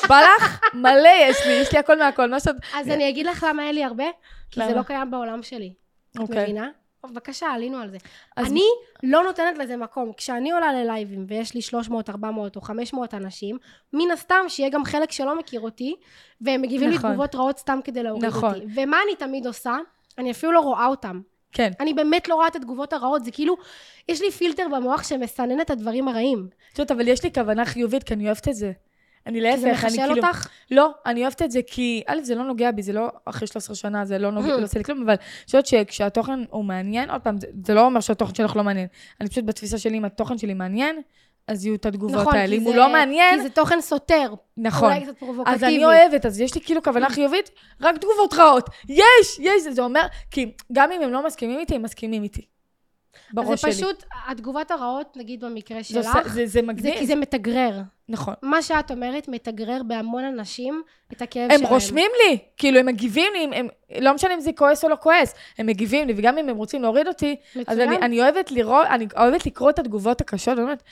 Speaker 1: בא לך? מלא יש לי, יש לי הכל מהכל, מה שאת...
Speaker 2: אז אני אגיד לך למה אין לי הרבה, כי זה
Speaker 1: כן. למה?
Speaker 2: לא קיים בעולם שלי. את
Speaker 1: אוקיי.
Speaker 2: מבינה? טוב, בבקשה, עלינו על זה.
Speaker 1: אז-
Speaker 2: אני לא נותנת לזה מקום. כשאני עולה ללייבים ויש לי 300, 400 או 500 אנשים, מן הסתם שיהיה גם חלק שלא מכיר אותי, והם מגיבים לי
Speaker 1: נכון.
Speaker 2: תגובות רעות סתם כדי להוריד
Speaker 1: נכון.
Speaker 2: אותי. ומה אני תמיד עושה? אני אפילו לא רואה אותם.
Speaker 1: כן.
Speaker 2: אני באמת לא רואה את התגובות הרעות, זה כאילו, יש לי פילטר במוח שמסנן את הדברים הרעים.
Speaker 1: את יודעת, אבל יש לי כוונה חיובית, כי אני אוהבת את זה. אני
Speaker 2: כי זה
Speaker 1: להפך, אני
Speaker 2: מחשל
Speaker 1: כאילו...
Speaker 2: אותך?
Speaker 1: לא, אני אוהבת את זה כי, א', זה לא נוגע בי, זה לא אחרי 13 שנה, זה לא
Speaker 2: Mm.
Speaker 1: נוגע, לא עושה לי כלום, אבל אני חושבת שכשהתוכן הוא מעניין, עוד פעם, זה, זה לא אומר שהתוכן שלך לא מעניין. אני פשוט בתפיסה שלי, אם התוכן שלי מעניין, אז יהיו את התגובות
Speaker 2: נכון,
Speaker 1: האלה.
Speaker 2: כי
Speaker 1: אם הוא
Speaker 2: זה-
Speaker 1: לא מעניין,
Speaker 2: כי זה תוכן סותר.
Speaker 1: נכון.
Speaker 2: אולי קצת פרובוקטיבי.
Speaker 1: אז אני אוהבת, אז יש לי כאילו כוונה חיובית, רק תגובות רעות. יש, יש, זה אומר, כי גם אם הם לא מסכימים איתי, הם מסכימים איתי. בראש שלי.
Speaker 2: זה פשוט, התגובות הרעות, נגיד במקרה
Speaker 1: זה
Speaker 2: שלך,
Speaker 1: עושה- זה, זה
Speaker 2: זה
Speaker 1: מגניב.
Speaker 2: כי זה מתגרר.
Speaker 1: נכון.
Speaker 2: מה שאת אומרת מתגרר בהמון אנשים את הכאב
Speaker 1: הם
Speaker 2: שלהם.
Speaker 1: רושמים לי, כאילו, הם מגיבים לי, הם- הם, לא משנה אם זה כועס או לא כועס, הם מגיבים לי, וגם אם הם רוצים להוריד אותי, אז
Speaker 2: מצוין.
Speaker 1: אני, אני אוהבת לראות, אני אוהבת לקרוא את התגובות הקשות, אני אומרת,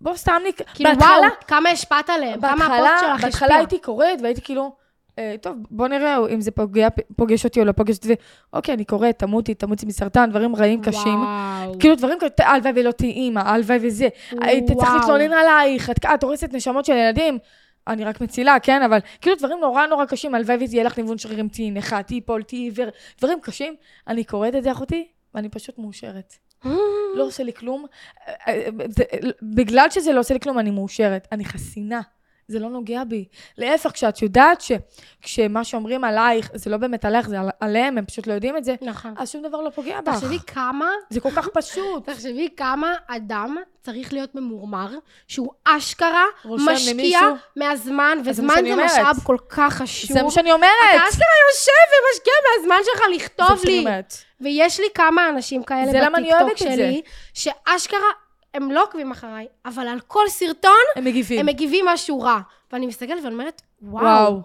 Speaker 1: בוא סתם לי,
Speaker 2: כאילו, וואו, כמה השפעת עליהם, כמה
Speaker 1: בהתחלה,
Speaker 2: אה, הפוסט שלך השפיע.
Speaker 1: בהתחלה הייתי קוראת והייתי כאילו, אה, טוב, בוא נראה אם זה פוגע, פוגש אותי או לא פוגש אותי, אוקיי, אני קוראת, תמותי, תמותי מסרטן, דברים רעים קשים.
Speaker 2: וואו.
Speaker 1: כאילו דברים כאלה, "ת- הלוואי ולא תהיי אימא, הלוואי וזה. היית צריך
Speaker 2: וואו.
Speaker 1: להתלונן עלייך, את את הורסת נשמות של ילדים. אני רק מצילה, כן? אבל כאילו דברים נורא נורא קשים, הלוואי ותהיה לך ניוון שרירים, תהיי נכה, תהיי פול, תהיי עיוור, דברים קשים. אני קוראת את זה, אחותי, ואני פשוט מאושרת. לא עושה לי כלום. אה, אה, זה- בגלל שזה לא עושה לי כלום, אני מאושרת. אני חסינה. זה לא נוגע בי. להפך, כשאת יודעת ש- כשמה שאומרים עלייך, זה לא באמת עלייך, זה על- עליהם, הם פשוט לא יודעים את זה,
Speaker 2: נכון.
Speaker 1: אז שום דבר לא פוגע בך.
Speaker 2: תחשבי כמה,
Speaker 1: זה כל כך פשוט.
Speaker 2: תחשבי כמה אדם צריך להיות ממורמר, שהוא אשכרה
Speaker 1: רושם
Speaker 2: משקיע
Speaker 1: למישהו.
Speaker 2: מהזמן,
Speaker 1: מה
Speaker 2: וזמן
Speaker 1: שאני
Speaker 2: זה
Speaker 1: אומרת.
Speaker 2: משאב כל כך חשוב.
Speaker 1: זה מה שאני
Speaker 2: אתה
Speaker 1: אומרת.
Speaker 2: אשכרה יושב ומשקיע מהזמן שלך
Speaker 1: זה מה
Speaker 2: לכתוב
Speaker 1: שאני
Speaker 2: לי.
Speaker 1: אומרת.
Speaker 2: ויש לי כמה אנשים כאלה
Speaker 1: זה למה אני
Speaker 2: בטיקטוק
Speaker 1: אוהבת את זה.
Speaker 2: שלי, שאשכרה, הם לא עוקבים אחריי, אבל על כל סרטון
Speaker 1: הם מגיבים.
Speaker 2: הם מגיבים משהו רע. ואני מסתכלת ואני אומרת, וואו,
Speaker 1: כן. וואו.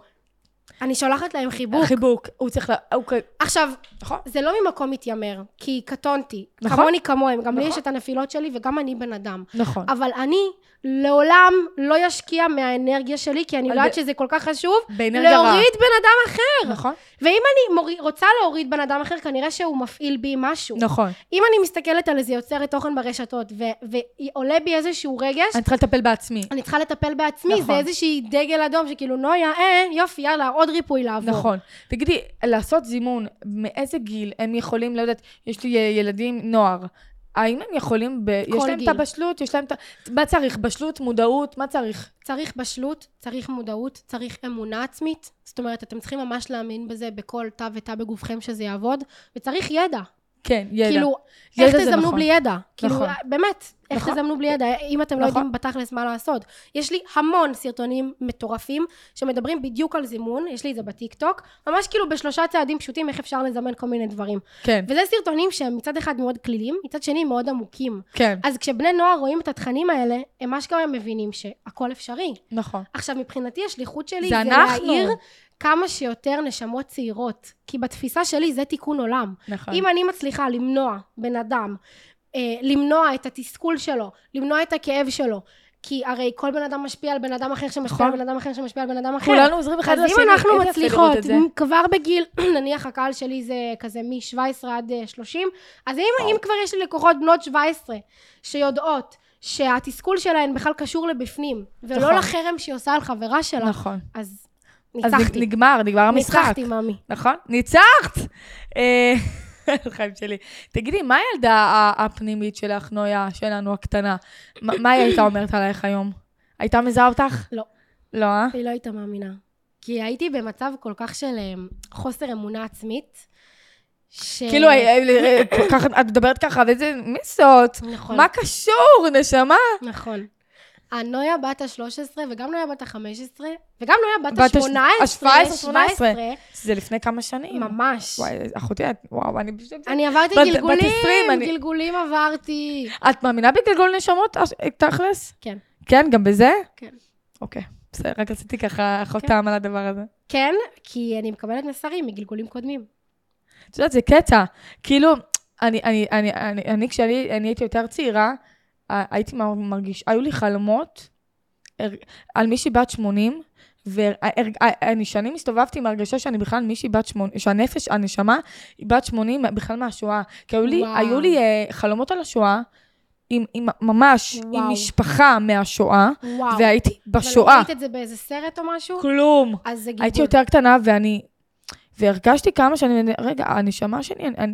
Speaker 2: אני שולחת להם חיבוק.
Speaker 1: חיבוק. הוא צריך ל... אוקיי. הוא כ-
Speaker 2: עכשיו,
Speaker 1: נכון.
Speaker 2: זה לא ממקום מתיימר, כי קטונתי.
Speaker 1: נכון.
Speaker 2: כמוני כמוהם, גם לי
Speaker 1: נכון.
Speaker 2: יש את הנפילות שלי וגם אני בן אדם.
Speaker 1: נכון.
Speaker 2: אבל אני לעולם לא אשקיע מהאנרגיה שלי, כי אני
Speaker 1: אבל אה,
Speaker 2: יודעת
Speaker 1: ב-
Speaker 2: שזה כל כך חשוב,
Speaker 1: באנרגיה רעה.
Speaker 2: להוריד בן אדם אחר.
Speaker 1: נכון.
Speaker 2: ואם אני מורי- רוצה להוריד בן אדם אחר, כנראה שהוא מפעיל בי משהו.
Speaker 1: נכון.
Speaker 2: אם אני מסתכלת על איזה יוצרת תוכן ברשתות, ו- ועולה בי איזשהו רגש,
Speaker 1: אני צריכה לטפל בעצמי.
Speaker 2: אני צריכה לטפל בעצמי,
Speaker 1: נכון.
Speaker 2: זה איזושהי דגל אדום, שכאילו, נויה, אה, יופי, יאללה, עוד ריפוי לעבור.
Speaker 1: נכון. תגידי, לעשות זימון, מאיזה גיל הם יכולים, לא יודעת, יש לי אה, ילדים, נוער. האם הם יכולים, ב... יש להם
Speaker 2: גיל.
Speaker 1: את הבשלות, יש להם את... ה- מה צריך? בשלות, מודעות, מה צריך?
Speaker 2: צריך בשלות, צריך מודעות, צריך אמונה עצמית. זאת אומרת, אתם צריכים ממש להאמין בזה בכל תא ותא בגופכם שזה יעבוד, וצריך ידע.
Speaker 1: כן, ידע.
Speaker 2: כאילו,
Speaker 1: ידע
Speaker 2: איך
Speaker 1: זה
Speaker 2: תזמנו
Speaker 1: נכון.
Speaker 2: בלי ידע? כאילו,
Speaker 1: נכון.
Speaker 2: באמת, איך
Speaker 1: נכון.
Speaker 2: תזמנו בלי ידע? אם אתם לא
Speaker 1: נכון.
Speaker 2: יודעים בתכלס מה לעשות. יש לי המון סרטונים מטורפים שמדברים בדיוק על זימון, יש לי את זה בטיקטוק, ממש כאילו בשלושה צעדים פשוטים איך אפשר לזמן כל מיני דברים.
Speaker 1: כן,
Speaker 2: וזה סרטונים שהם מצד אחד מאוד כלילים, מצד שני מאוד עמוקים.
Speaker 1: כן.
Speaker 2: אז כשבני נוער רואים את התכנים האלה, הם אשכרה מבינים שהכל אפשרי.
Speaker 1: נכון.
Speaker 2: עכשיו, מבחינתי השליחות
Speaker 1: זה
Speaker 2: שלי זה,
Speaker 1: אנחנו.
Speaker 2: להעיר כמה שיותר נשמות צעירות. כי בתפיסה שלי זה תיקון עולם.
Speaker 1: נכון.
Speaker 2: אם אני מצליחה למנוע בן אדם, אה, למנוע את התסכול שלו, למנוע את הכאב שלו, כי הרי כל בן אדם משפיע על בן אדם אחר שמשפיע
Speaker 1: נכון.
Speaker 2: על בן אדם אחר שמשפיע על בן אדם אחר.
Speaker 1: כולנו עוזרים אחד
Speaker 2: אז
Speaker 1: לשני.
Speaker 2: אם אנחנו
Speaker 1: איזה יפה לראות
Speaker 2: מצליחות,
Speaker 1: את זה.
Speaker 2: מ- כבר בגיל, נניח הקהל שלי זה כזה מ-17 עד אה, 30, אז אם, אם כבר יש לי לקוחות בנות 17 שיודעות שהתסכול שלהן בכלל קשור לבפנים, ולא
Speaker 1: נכון.
Speaker 2: לחרם שהיא עושה על חברה שלה,
Speaker 1: נכון.
Speaker 2: אז
Speaker 1: אז
Speaker 2: ניצחתי.
Speaker 1: נגמר, נגמר המשחק.
Speaker 2: ניצחתי, מאמי.
Speaker 1: נכון? ניצחת! אה, חיים שלי. תגידי, מה הילדה ה- הפנימית שלך, נויה, שלנו, הקטנה? מה מה היא הייתה אומרת עלייך היום? הייתה מזהה אותך?
Speaker 2: לא.
Speaker 1: לא, אה?
Speaker 2: היא לא הייתה מאמינה. כי הייתי במצב כל כך של אה, חוסר אמונה עצמית, ש...
Speaker 1: כאילו, אה, אה, אה, ככה- את מדברת ככה, וזה, מי זאת?
Speaker 2: נכון,
Speaker 1: מה קשור, נשמה?
Speaker 2: נכון. הנויה בת ה-13, וגם נויה בת ה-15, וגם נויה בת
Speaker 1: בת הש-
Speaker 2: ה-18,
Speaker 1: ה- 17.
Speaker 2: 17,
Speaker 1: זה לפני כמה שנים.
Speaker 2: ממש.
Speaker 1: וואי, אחותי, את- וואו, אני פשוט...
Speaker 2: אני עברתי
Speaker 1: בת- בת
Speaker 2: גלגולים,
Speaker 1: 20, אני-
Speaker 2: גלגולים עברתי.
Speaker 1: את מאמינה בגלגול נשמות, אש- תכלס?
Speaker 2: כן.
Speaker 1: כן, גם בזה?
Speaker 2: כן.
Speaker 1: אוקיי, בסדר, רק רציתי ככה חותם על הדבר הזה.
Speaker 2: כן, כי אני מקבלת מסרים מגלגולים קודמים.
Speaker 1: את יודעת, זה קטע. כאילו, אני, אני, אני, אני, אני כשאני אני הייתי יותר צעירה, אה, הייתי מר- מרגיש, היו לי חלומות הר- על מישהי בת 80, ואני שנים הסתובבתי עם הרגשה שאני בכלל מישהי בת 80, שהנפש, הנשמה, היא בת 80 בכלל מהשואה. כי היו לי,
Speaker 2: וואו.
Speaker 1: היו לי אה, חלומות על השואה, עם, עם, ממש, עם
Speaker 2: וואו.
Speaker 1: משפחה מהשואה,
Speaker 2: וואו.
Speaker 1: והייתי
Speaker 2: אבל לא
Speaker 1: בשואה.
Speaker 2: ראית את זה באיזה סרט או משהו?
Speaker 1: כלום.
Speaker 2: אז זה גלגול. לא?
Speaker 1: הייתי יותר קטנה, ואני... והרגשתי כמה שאני... רגע, הנשמה שלי, אני, אני,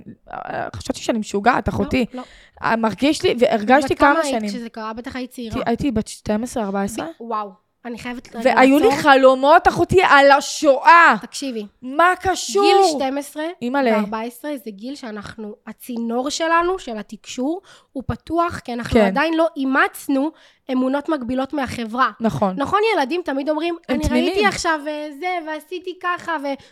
Speaker 1: חשבתי שאני משוגעת,
Speaker 2: לא,
Speaker 1: אחותי.
Speaker 2: לא.
Speaker 1: מרגיש לי, והרגשתי
Speaker 2: בת כמה
Speaker 1: כמה
Speaker 2: היית
Speaker 1: שנים.
Speaker 2: כשזה קרה? בטח היית צעירה.
Speaker 1: הייתי- הייתי בת 12-14,
Speaker 2: וואו. אני חייבת... רגע
Speaker 1: והיו לי
Speaker 2: לעצור.
Speaker 1: חלומות, אחותי, על השואה.
Speaker 2: תקשיבי.
Speaker 1: מה
Speaker 2: גיל
Speaker 1: קשור?
Speaker 2: 12
Speaker 1: אימא'לה.
Speaker 2: ו-14 זה גיל שאנחנו, הצינור שלנו, של התקשור, הוא פתוח, כי אנחנו
Speaker 1: כן.
Speaker 2: עדיין לא אימצנו אמונות מקבילות מהחברה.
Speaker 1: נכון.
Speaker 2: נכון, ילדים תמיד אומרים,
Speaker 1: הם
Speaker 2: אני
Speaker 1: תמימים."
Speaker 2: ראיתי עכשיו אה, זה, ועשיתי ככה,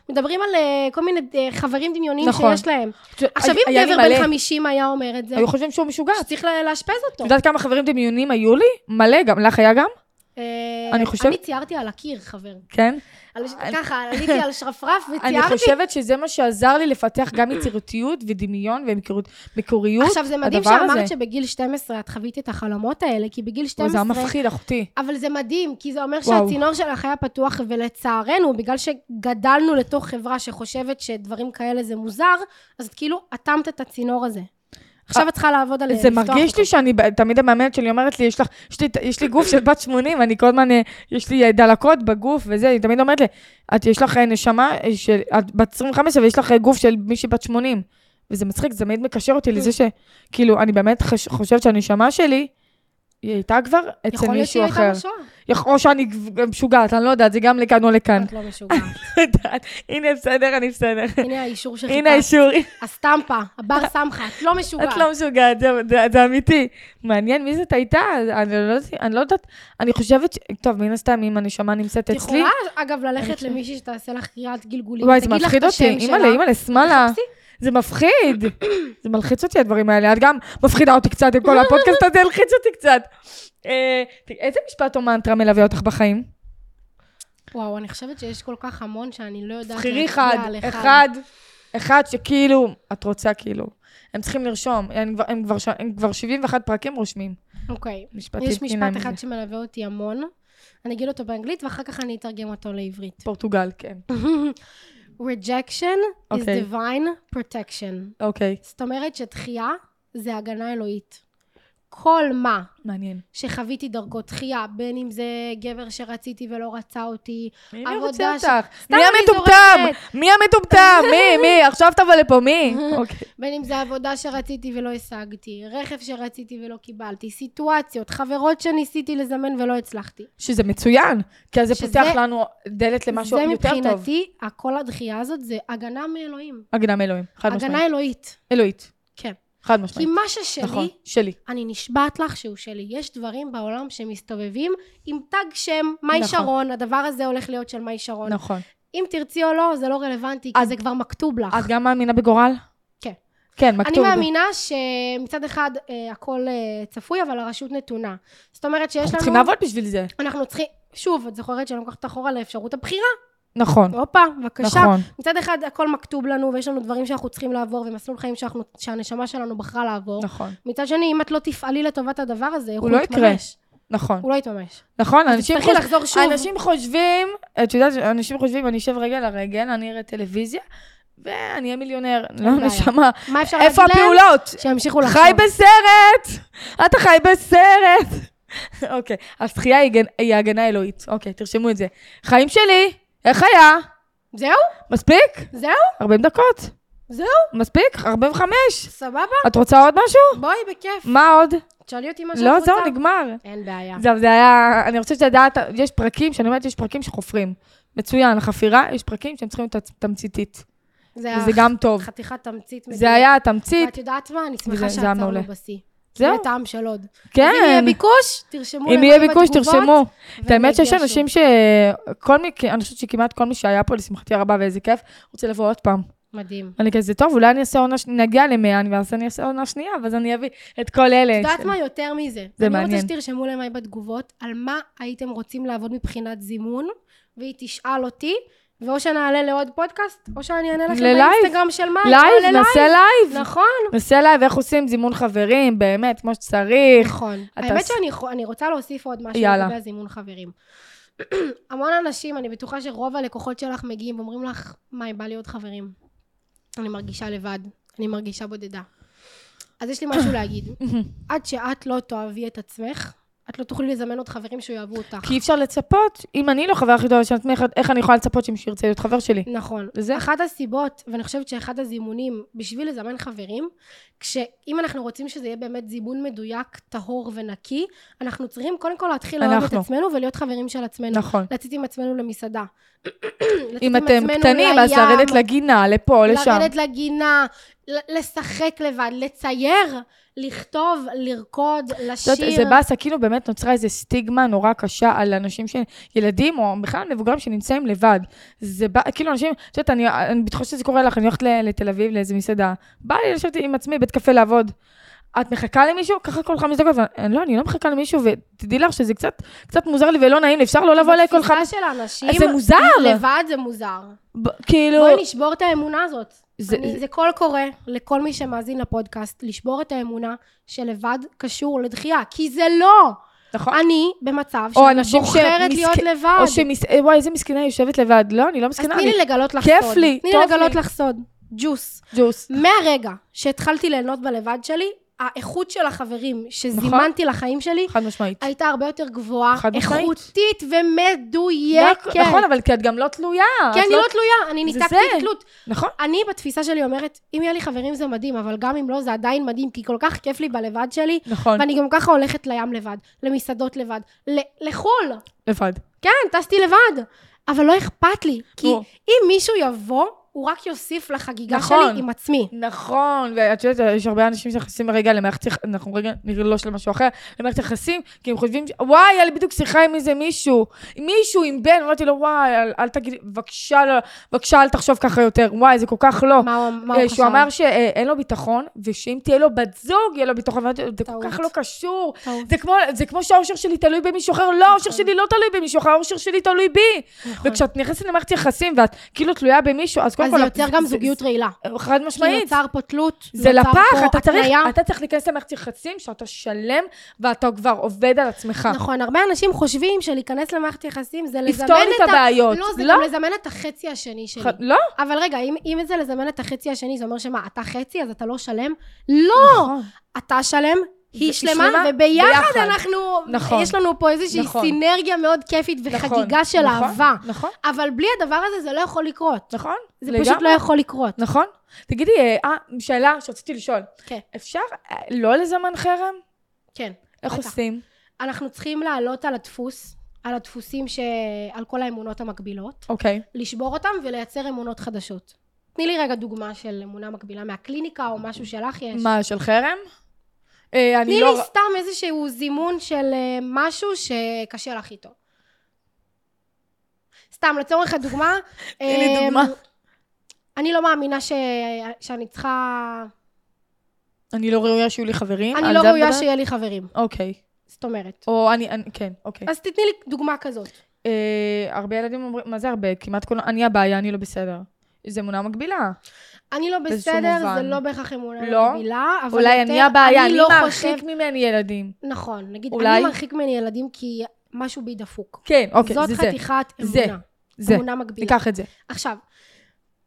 Speaker 2: ומדברים על אה, כל מיני אה, חברים דמיוניים
Speaker 1: נכון.
Speaker 2: שיש להם.
Speaker 1: היה-
Speaker 2: עכשיו, אם
Speaker 1: היה לי
Speaker 2: גבר
Speaker 1: מלא.
Speaker 2: בן 50 היה אומר את זה,
Speaker 1: היו חושבים שהוא משוגע. את
Speaker 2: שצריך לה- לאשפז אותו.
Speaker 1: יודעת כמה חברים דמיונים היו לי? מלא גם. לך היה גם?
Speaker 2: אה,
Speaker 1: אני חושבת-
Speaker 2: אני ציירתי על הקיר, חבר.
Speaker 1: כן.
Speaker 2: על- ככה, עליתי על שרפרף
Speaker 1: אני
Speaker 2: וציירתי.
Speaker 1: חושבת שזה מה שעזר לי לפתח גם יצירתיות ודמיון ומקוריות.
Speaker 2: עכשיו, זה מדהים
Speaker 1: הדבר
Speaker 2: שאמרת
Speaker 1: הזה.
Speaker 2: שבגיל 12 את חווית את החלומות האלה, כי בגיל
Speaker 1: וואי, זה היה
Speaker 2: 12...
Speaker 1: מפחיד, אחותי.
Speaker 2: אבל זה מדהים, כי זה אומר
Speaker 1: וואו.
Speaker 2: שהצינור שלך היה פתוח, ולצערנו, בגלל שגדלנו לתוך חברה שחושבת שדברים כאלה זה מוזר, אז את כאילו אטמת את הצינור הזה. עכשיו את צריכה לעבוד על
Speaker 1: זה
Speaker 2: אה, לפתוח
Speaker 1: מרגיש
Speaker 2: אותו.
Speaker 1: לי שאני, ב- תמיד המאמנת שלי אומרת לי, יש לך, יש לי, יש לי גוף של בת 80, אני כל הזמן, אה, יש לי אה, דלקות בגוף וזה, היא תמיד אומרת לי, את, יש לך אה, נשמה, אה, של, את בת 25, אבל יש לך אה, גוף של מישהי בת 80. וזה מצחיק, זה תמיד מקשר אותי
Speaker 2: אה.
Speaker 1: לזה שכאילו, אני באמת חש, חושבת שהנשמה שלי, היא הייתה כבר אצל
Speaker 2: יכול להיות שהיא
Speaker 1: מישהו אחר.
Speaker 2: הייתה בשואה.
Speaker 1: יכ- או שאני גב- משוגעת, אני לא יודעת, זה גם לכאן או לכאן.
Speaker 2: את לא משוגעת.
Speaker 1: הנה, בסדר, אני בסדר.
Speaker 2: הנה האישור
Speaker 1: הנה
Speaker 2: שחיפשת.
Speaker 1: האישור,
Speaker 2: הסטמפה, הבר סמכה, את לא משוגעת.
Speaker 1: את לא משוגעת, זה, זה, זה אמיתי. מעניין מי זאת הייתה, אני לא, יודעת- אני לא יודעת, אני חושבת, ש... טוב, מן הסתם, אם הנשמה נמצאת
Speaker 2: את
Speaker 1: אצלי,
Speaker 2: יכולה, אגב, ללכת למישהי שתעשה לך קריאת גלגולים,
Speaker 1: וואי, זה
Speaker 2: תגיד לך
Speaker 1: מפחיד
Speaker 2: את
Speaker 1: אותי,
Speaker 2: השם שלה.
Speaker 1: אימא'לה, אימא'לה, שמאלה.
Speaker 2: תחפשי.
Speaker 1: זה מפחיד, זה מלחיץ אותי הדברים האלה, את גם מפחידה אותי קצת עם כל הפודקאסט הזה, הלחיץ אותי קצת. אה, ת- איזה משפט או מנטרה מלווה אותך בחיים?
Speaker 2: וואו, אני חושבת שיש כל כך המון שאני לא יודעת
Speaker 1: תבחרי
Speaker 2: להצביע
Speaker 1: אחד,
Speaker 2: על
Speaker 1: אחד, אחד שכאילו, את רוצה כאילו. הם צריכים לרשום, הם כבר- הם כבר ש- הם כבר 71 פרקים רושמים.
Speaker 2: אוקיי.
Speaker 1: משפטים,
Speaker 2: יש
Speaker 1: הנה, הם-
Speaker 2: משפט אחד שמלווה אותי המון. אני אגיד אותו באנגלית, ואחר כך אני אתרגם אותו לעברית.
Speaker 1: פורטוגל, כן.
Speaker 2: Rejection is
Speaker 1: אוקיי.
Speaker 2: divine protection.
Speaker 1: אוקיי,
Speaker 2: זאת אומרת שדחייה זה הגנה אלוהית. כל מה
Speaker 1: מעניין.
Speaker 2: שחוויתי דרכו דחייה, בין אם זה גבר שרציתי ולא רצה אותי,
Speaker 1: מי
Speaker 2: עבודה
Speaker 1: רוצה
Speaker 2: ש-
Speaker 1: אותך?
Speaker 2: סתם
Speaker 1: מי
Speaker 2: אני
Speaker 1: המטומטם? מי המטומטם? מי? מי? עכשיו תבוא לפה, מי? אוקיי.
Speaker 2: בין אם זה עבודה שרציתי ולא השגתי, רכב שרציתי ולא קיבלתי, סיטואציות, חברות שניסיתי לזמן ולא הצלחתי.
Speaker 1: שזה מצוין, כי אז זה
Speaker 2: שזה-
Speaker 1: פותח לנו דלת למשהו יותר
Speaker 2: זה
Speaker 1: טוב.
Speaker 2: מבחינתי, כל הדחייה הזאת זה הגנה מאלוהים.
Speaker 1: הגנה מאלוהים, חד משמעית.
Speaker 2: הגנה אלוהית.
Speaker 1: אלוהית,
Speaker 2: כן.
Speaker 1: חד
Speaker 2: כי
Speaker 1: משמעית.
Speaker 2: מה ששלי,
Speaker 1: נכון, שלי.
Speaker 2: אני נשבעת לך שהוא שלי. יש דברים בעולם שמסתובבים עם תג שם, מאי
Speaker 1: נכון.
Speaker 2: שרון, הדבר הזה הולך להיות של מאי שרון.
Speaker 1: נכון.
Speaker 2: אם תרצי או לא, זה לא רלוונטי, כי
Speaker 1: את-
Speaker 2: זה כבר מכתוב לך.
Speaker 1: את גם מאמינה בגורל?
Speaker 2: כן.
Speaker 1: כן,
Speaker 2: אני
Speaker 1: מכתוב.
Speaker 2: מאמינה שמצד אחד אה, הכל אה, צפוי, אבל הרשות נתונה. זאת אומרת שיש
Speaker 1: אנחנו
Speaker 2: לנו...
Speaker 1: צריכים לעבוד בשביל זה.
Speaker 2: אנחנו צריכים... שוב, את זוכרת שאני לוקחת אחורה לאפשרות הבחירה?
Speaker 1: נכון,
Speaker 2: הופה, בבקשה.
Speaker 1: נכון.
Speaker 2: מצד אחד הכל מכתוב לנו, ויש לנו דברים שאנחנו צריכים לעבור, ומסלול חיים שאנחנו, שהנשמה שלנו בחרה לעבור.
Speaker 1: נכון,
Speaker 2: מצד שני, אם את לא תפעלי לטובת הדבר הזה,
Speaker 1: הוא
Speaker 2: הוא
Speaker 1: לא
Speaker 2: לא
Speaker 1: יקרה.
Speaker 2: יתממש.
Speaker 1: נכון.
Speaker 2: הוא לא יתממש.
Speaker 1: נכון, אנשים
Speaker 2: תצטרכי
Speaker 1: חוש-
Speaker 2: לחזור שוב.
Speaker 1: אנשים חושבים, את יודעת, אנשים חושבים, אני אשב רגל על רגל, אני אראה טלוויזיה, ואני אהיה מיליונר. לא,
Speaker 2: בעיה.
Speaker 1: נשמה.
Speaker 2: מה אפשר להגיד
Speaker 1: איפה
Speaker 2: להם?
Speaker 1: הפעולות?
Speaker 2: שימשיכו לחשוב.
Speaker 1: חי בסרט! אתה חי בסרט! אוקיי, אז תחייה היא הגנ- היא הגנה אלוהית. אוקיי, תרשמו את זה. חיים שלי, איך היה?
Speaker 2: זהו?
Speaker 1: מספיק?
Speaker 2: זהו?
Speaker 1: 40 דקות.
Speaker 2: זהו,
Speaker 1: מספיק? 45.
Speaker 2: סבבה?
Speaker 1: את רוצה עוד משהו?
Speaker 2: בואי, בכיף.
Speaker 1: מה עוד?
Speaker 2: תשאלי אותי מה שאת
Speaker 1: לא,
Speaker 2: רוצה.
Speaker 1: זהו, נגמר.
Speaker 2: אין בעיה.
Speaker 1: זהו, זה היה... אני רוצה שתדעת, יש פרקים, שאני אומרת, יש פרקים שחופרים. מצוין, חפירה, יש פרקים שהם צריכים להיות תמציתית.
Speaker 2: זה
Speaker 1: וזה גם טוב.
Speaker 2: חתיכת תמצית.
Speaker 1: זה
Speaker 2: מדהימה.
Speaker 1: היה התמצית,
Speaker 2: ואת יודעת מה? אני
Speaker 1: וזה-
Speaker 2: שמחה
Speaker 1: זה היה מעולה.
Speaker 2: שעצרנו בשיא.
Speaker 1: זהו.
Speaker 2: זה טעם של עוד. אז אם יהיה
Speaker 1: כן.
Speaker 2: ביקוש, תרשמו
Speaker 1: אם
Speaker 2: למעלה
Speaker 1: יהיה ביקוש,
Speaker 2: בתגובות,
Speaker 1: תרשמו. את האמת
Speaker 2: ונגיע
Speaker 1: שיש
Speaker 2: שוב.
Speaker 1: אנשים ש... כל מי, אני חושבת שכמעט כל מי שהיה פה, לשמחתי הרבה, ואיזה כיף, רוצה לבוא עוד פעם.
Speaker 2: מדהים.
Speaker 1: אני כזה, טוב, אולי אני אעשה עונה, ש- נגיע למאה, אני- ואז אני אעשה עונה שנייה, ואז אני אביא את כל אלה.
Speaker 2: את יודעת מה יותר מזה?
Speaker 1: זה
Speaker 2: אני
Speaker 1: מעניין.
Speaker 2: רוצה שתרשמו למאי בתגובות על מה הייתם רוצים לעבוד מבחינת זימון, והיא תשאל אותי, ואו שנעלה לעוד פודקאסט, או שאני אענה לכם
Speaker 1: ללייב.
Speaker 2: באינסטגרם של מאי.
Speaker 1: לייב,
Speaker 2: נעלה
Speaker 1: נעשה לייב.
Speaker 2: נכון.
Speaker 1: נעשה לייב, איך עושים זימון חברים, באמת, כמו שצריך.
Speaker 2: נכון.
Speaker 1: אתה
Speaker 2: האמת
Speaker 1: עש-
Speaker 2: שאני יכול- אני רוצה להוסיף עוד משהו
Speaker 1: יאללה.
Speaker 2: לגבי הזימון חברים. המון אנשים, אני בטוחה שרוב הלקוחות שלך מגיעים ואומרים לך, מאי, בא לי עוד חברים. אני מרגישה לבד, אני מרגישה בודדה. אז יש לי משהו להגיד. עד שאת לא תאהבי את עצמך, את לא תוכלי לזמן עוד חברים שיאהבו אותך.
Speaker 1: כי אי אפשר לצפות, אם אני לא חברה הכי טובה של עצמי, איך- איך אני יכולה לצפות שמישהו ירצה להיות חבר שלי?
Speaker 2: נכון.
Speaker 1: וזה-
Speaker 2: זה אחת הסיבות, ואני חושבת שאחד הזימונים, בשביל לזמן חברים, כשאם אנחנו רוצים שזה יהיה באמת זימון מדויק, טהור ונקי, אנחנו צריכים קודם כל להתחיל לאהוב את
Speaker 1: אנחנו.
Speaker 2: עצמנו ולהיות חברים של עצמנו.
Speaker 1: נכון.
Speaker 2: לצאת עם עצמנו למסעדה. לצאת
Speaker 1: אם
Speaker 2: עם
Speaker 1: אתם
Speaker 2: עצמנו
Speaker 1: קטנים, אז
Speaker 2: לים,
Speaker 1: לרדת לגינה, לפה, לשם.
Speaker 2: לרדת לגינה, ל- לשחק לבד, לצייר, לכתוב, לרקוד,
Speaker 1: זאת,
Speaker 2: לשיר.
Speaker 1: זה באסה, כאילו באמת נוצרה איזו סטיגמה נורא קשה על אנשים, ש... ילדים או בכלל מבוגרים שנמצאים לבד. זה בא, כאילו אנשים, את יודעת, אני, אני בטוחה שזה קורה לך, אני הולכת ל- לתל אביב לאיזה מסעדה, בא לי לשבת עם עצמי בית קפה לעבוד. את מחכה למישהו? ככה כל חמש דקות, ואני- לא, אני לא מחכה למישהו, ותדעי לך שזה קצת, קצת מוזר לי ולא נעים לי, אפשר לא לבוא אליי כל חמש...
Speaker 2: התפיסה של האנשים,
Speaker 1: אז זה מוזר.
Speaker 2: לבד זה מוזר.
Speaker 1: ב- כאילו...
Speaker 2: בואי נשבור את האמונה הזאת.
Speaker 1: זה-
Speaker 2: זה, אני, זה... זה קול קורא לכל מי שמאזין לפודקאסט, לשבור את האמונה שלבד קשור לדחייה, כי זה לא.
Speaker 1: נכון.
Speaker 2: אני לא במצב
Speaker 1: או
Speaker 2: שאני
Speaker 1: אנשים
Speaker 2: בוחרת
Speaker 1: שמסכ-
Speaker 2: להיות לבד.
Speaker 1: או שמס... אה, וואי, איזה מסכנה, היא יושבת לבד. לא, אני לא
Speaker 2: אז
Speaker 1: מסכנה,
Speaker 2: תני
Speaker 1: אני...
Speaker 2: לי לגלות לך
Speaker 1: כיף
Speaker 2: סוד.
Speaker 1: לי,
Speaker 2: תני
Speaker 1: טוב
Speaker 2: לי לגלות
Speaker 1: לי.
Speaker 2: לך סוד. ג'וס.
Speaker 1: ג'וס.
Speaker 2: מהרגע שהתחלתי ליהנות בלבד שלי, האיכות של החברים שזימנתי לחיים שלי
Speaker 1: חד משמעית.
Speaker 2: הייתה הרבה יותר גבוהה,
Speaker 1: נכון. חד משמעית.
Speaker 2: איכותית
Speaker 1: נכון,
Speaker 2: ומדויקת.
Speaker 1: נכון, אבל כי את גם לא תלויה.
Speaker 2: כן,
Speaker 1: את
Speaker 2: אני לא תלויה, אני
Speaker 1: זה
Speaker 2: ניתקתי
Speaker 1: זה.
Speaker 2: תלות.
Speaker 1: נכון.
Speaker 2: אני בתפיסה שלי אומרת, אם יהיה לי חברים זה מדהים, אבל גם אם לא זה עדיין מדהים, כי כל כך כיף לי בלבד שלי,
Speaker 1: נכון,
Speaker 2: ואני גם ככה הולכת לים לבד, למסעדות לבד, ל- לחו"ל.
Speaker 1: לבד.
Speaker 2: כן, טסתי לבד, אבל לא אכפת לי, כי
Speaker 1: או.
Speaker 2: אם מישהו יבוא, הוא רק יוסיף לחגיגה
Speaker 1: נכון.
Speaker 2: שלי עם עצמי.
Speaker 1: נכון, ואת יודעת, יש הרבה אנשים שנכנסים רגע למערכת יחסים, אנחנו רגע נגלוש למשהו אחר, למערכת יחסים, כי הם חושבים, ש- וואי, היה לי בדיוק שיחה עם איזה מישהו, עם מישהו, עם בן, אמרתי לו, וואי, אל, אל תגיד, בבקשה, לא, בבקשה, אל תחשוב ככה יותר, וואי, זה כל כך לא.
Speaker 2: מה הוא מה
Speaker 1: אה,
Speaker 2: הוא חשב?
Speaker 1: שהוא אמר שאין לו ביטחון, ושאם תהיה לו בת זוג, יהיה לו ביטחון, ואמרתי לו, זה כל
Speaker 2: טעות.
Speaker 1: כך לא קשור.
Speaker 2: טוב.
Speaker 1: זה כמו, זה כמו שהאושר שלי תלוי במישהו אחר, לא, האושר שלי לא תלוי במישהו אחר, האושר שלי תלוי בי.
Speaker 2: נכון.
Speaker 1: וכשאת נכנסת למערכת יחסים ואת כאילו תלויה במישו, אז קודם
Speaker 2: אז
Speaker 1: כל... לא-
Speaker 2: זה יוצר גם
Speaker 1: זה-
Speaker 2: זוגיות רעילה.
Speaker 1: זה- חד
Speaker 2: כי
Speaker 1: משמעית.
Speaker 2: נוצר פה תלות,
Speaker 1: זה
Speaker 2: נוצר
Speaker 1: לפח,
Speaker 2: פה
Speaker 1: אתה צריך, אה,
Speaker 2: התניה.
Speaker 1: אתה צריך להיכנס למערכת יחסים שאתה שלם ואתה כבר עובד על עצמך.
Speaker 2: נכון, הרבה אנשים חושבים שלהיכנס למערכת יחסים זה לזמן
Speaker 1: אה. לפתור לי את
Speaker 2: ה-
Speaker 1: הבעיות.
Speaker 2: לא, זה
Speaker 1: לא.
Speaker 2: גם לזמן את החצי השני שלי.
Speaker 1: ח- לא?
Speaker 2: אבל רגע, אם, אם זה לזמן את החצי השני, זה אומר שמה, אתה חצי, אז אתה לא שלם? לא!
Speaker 1: נכון.
Speaker 2: אתה שלם,
Speaker 1: היא
Speaker 2: היא שלמה,
Speaker 1: שלמה,
Speaker 2: וביחד
Speaker 1: ביחד.
Speaker 2: אנחנו...
Speaker 1: נכון.
Speaker 2: יש לנו פה איזושהי
Speaker 1: נכון.
Speaker 2: סינרגיה מאוד כיפית וחגיגה
Speaker 1: נכון,
Speaker 2: של
Speaker 1: נכון,
Speaker 2: אהבה.
Speaker 1: נכון,
Speaker 2: אבל בלי הדבר הזה זה לא יכול לקרות.
Speaker 1: נכון.
Speaker 2: זה
Speaker 1: לגמרי.
Speaker 2: פשוט לא יכול לקרות.
Speaker 1: נכון. תגידי, אה, אה, שאלה שרציתי לשאול.
Speaker 2: כן.
Speaker 1: אפשר אה, לא לזמן חרם?
Speaker 2: כן.
Speaker 1: איך
Speaker 2: בטח.
Speaker 1: עושים?
Speaker 2: אנחנו צריכים לעלות על הדפוס, על הדפוסים ש... על כל האמונות המקבילות,
Speaker 1: אוקיי.
Speaker 2: לשבור אותם ולייצר אמונות חדשות. תני לי רגע דוגמה של אמונה מקבילה מהקליניקה או משהו שלך יש.
Speaker 1: מה, של חרם? אה, אני
Speaker 2: תני
Speaker 1: לא...
Speaker 2: לי סתם איזשהו זימון של אה, משהו שקשה לך איתו. סתם, לצורך הדוגמה,
Speaker 1: תני לי
Speaker 2: אה,
Speaker 1: דוגמה.
Speaker 2: אני לא מאמינה ש... שאני צריכה...
Speaker 1: אני לא ראויה שיהיו לי חברים?
Speaker 2: אני
Speaker 1: על
Speaker 2: לא
Speaker 1: זה את
Speaker 2: ראויה
Speaker 1: מדברת?
Speaker 2: שיהיה לי חברים.
Speaker 1: אוקיי.
Speaker 2: זאת אומרת.
Speaker 1: או אני, אני- כן, אוקיי.
Speaker 2: אז תתני לי דוגמה כזאת.
Speaker 1: אה, הרבה ילדים אומרים, מה זה הרבה? כמעט כולם, אני הבעיה, אני לא בסדר. זה אמונה מגבילה.
Speaker 2: אני לא
Speaker 1: באיזשהו
Speaker 2: בסדר, זה
Speaker 1: מובן.
Speaker 2: לא בהכרח אמונה
Speaker 1: לא.
Speaker 2: מקבילה, אבל
Speaker 1: אולי
Speaker 2: יותר,
Speaker 1: אני הבעיה, אני
Speaker 2: לא חושב...
Speaker 1: מרחיק ממני ילדים.
Speaker 2: נכון, נגיד,
Speaker 1: אולי?
Speaker 2: אני מרחיק ממני ילדים כי משהו בי דפוק.
Speaker 1: כן, אוקיי,
Speaker 2: זאת
Speaker 1: זה זה.
Speaker 2: חתיכת
Speaker 1: זה,
Speaker 2: אמונה.
Speaker 1: זה.
Speaker 2: אמונה מקבילה.
Speaker 1: ניקח את זה.
Speaker 2: עכשיו,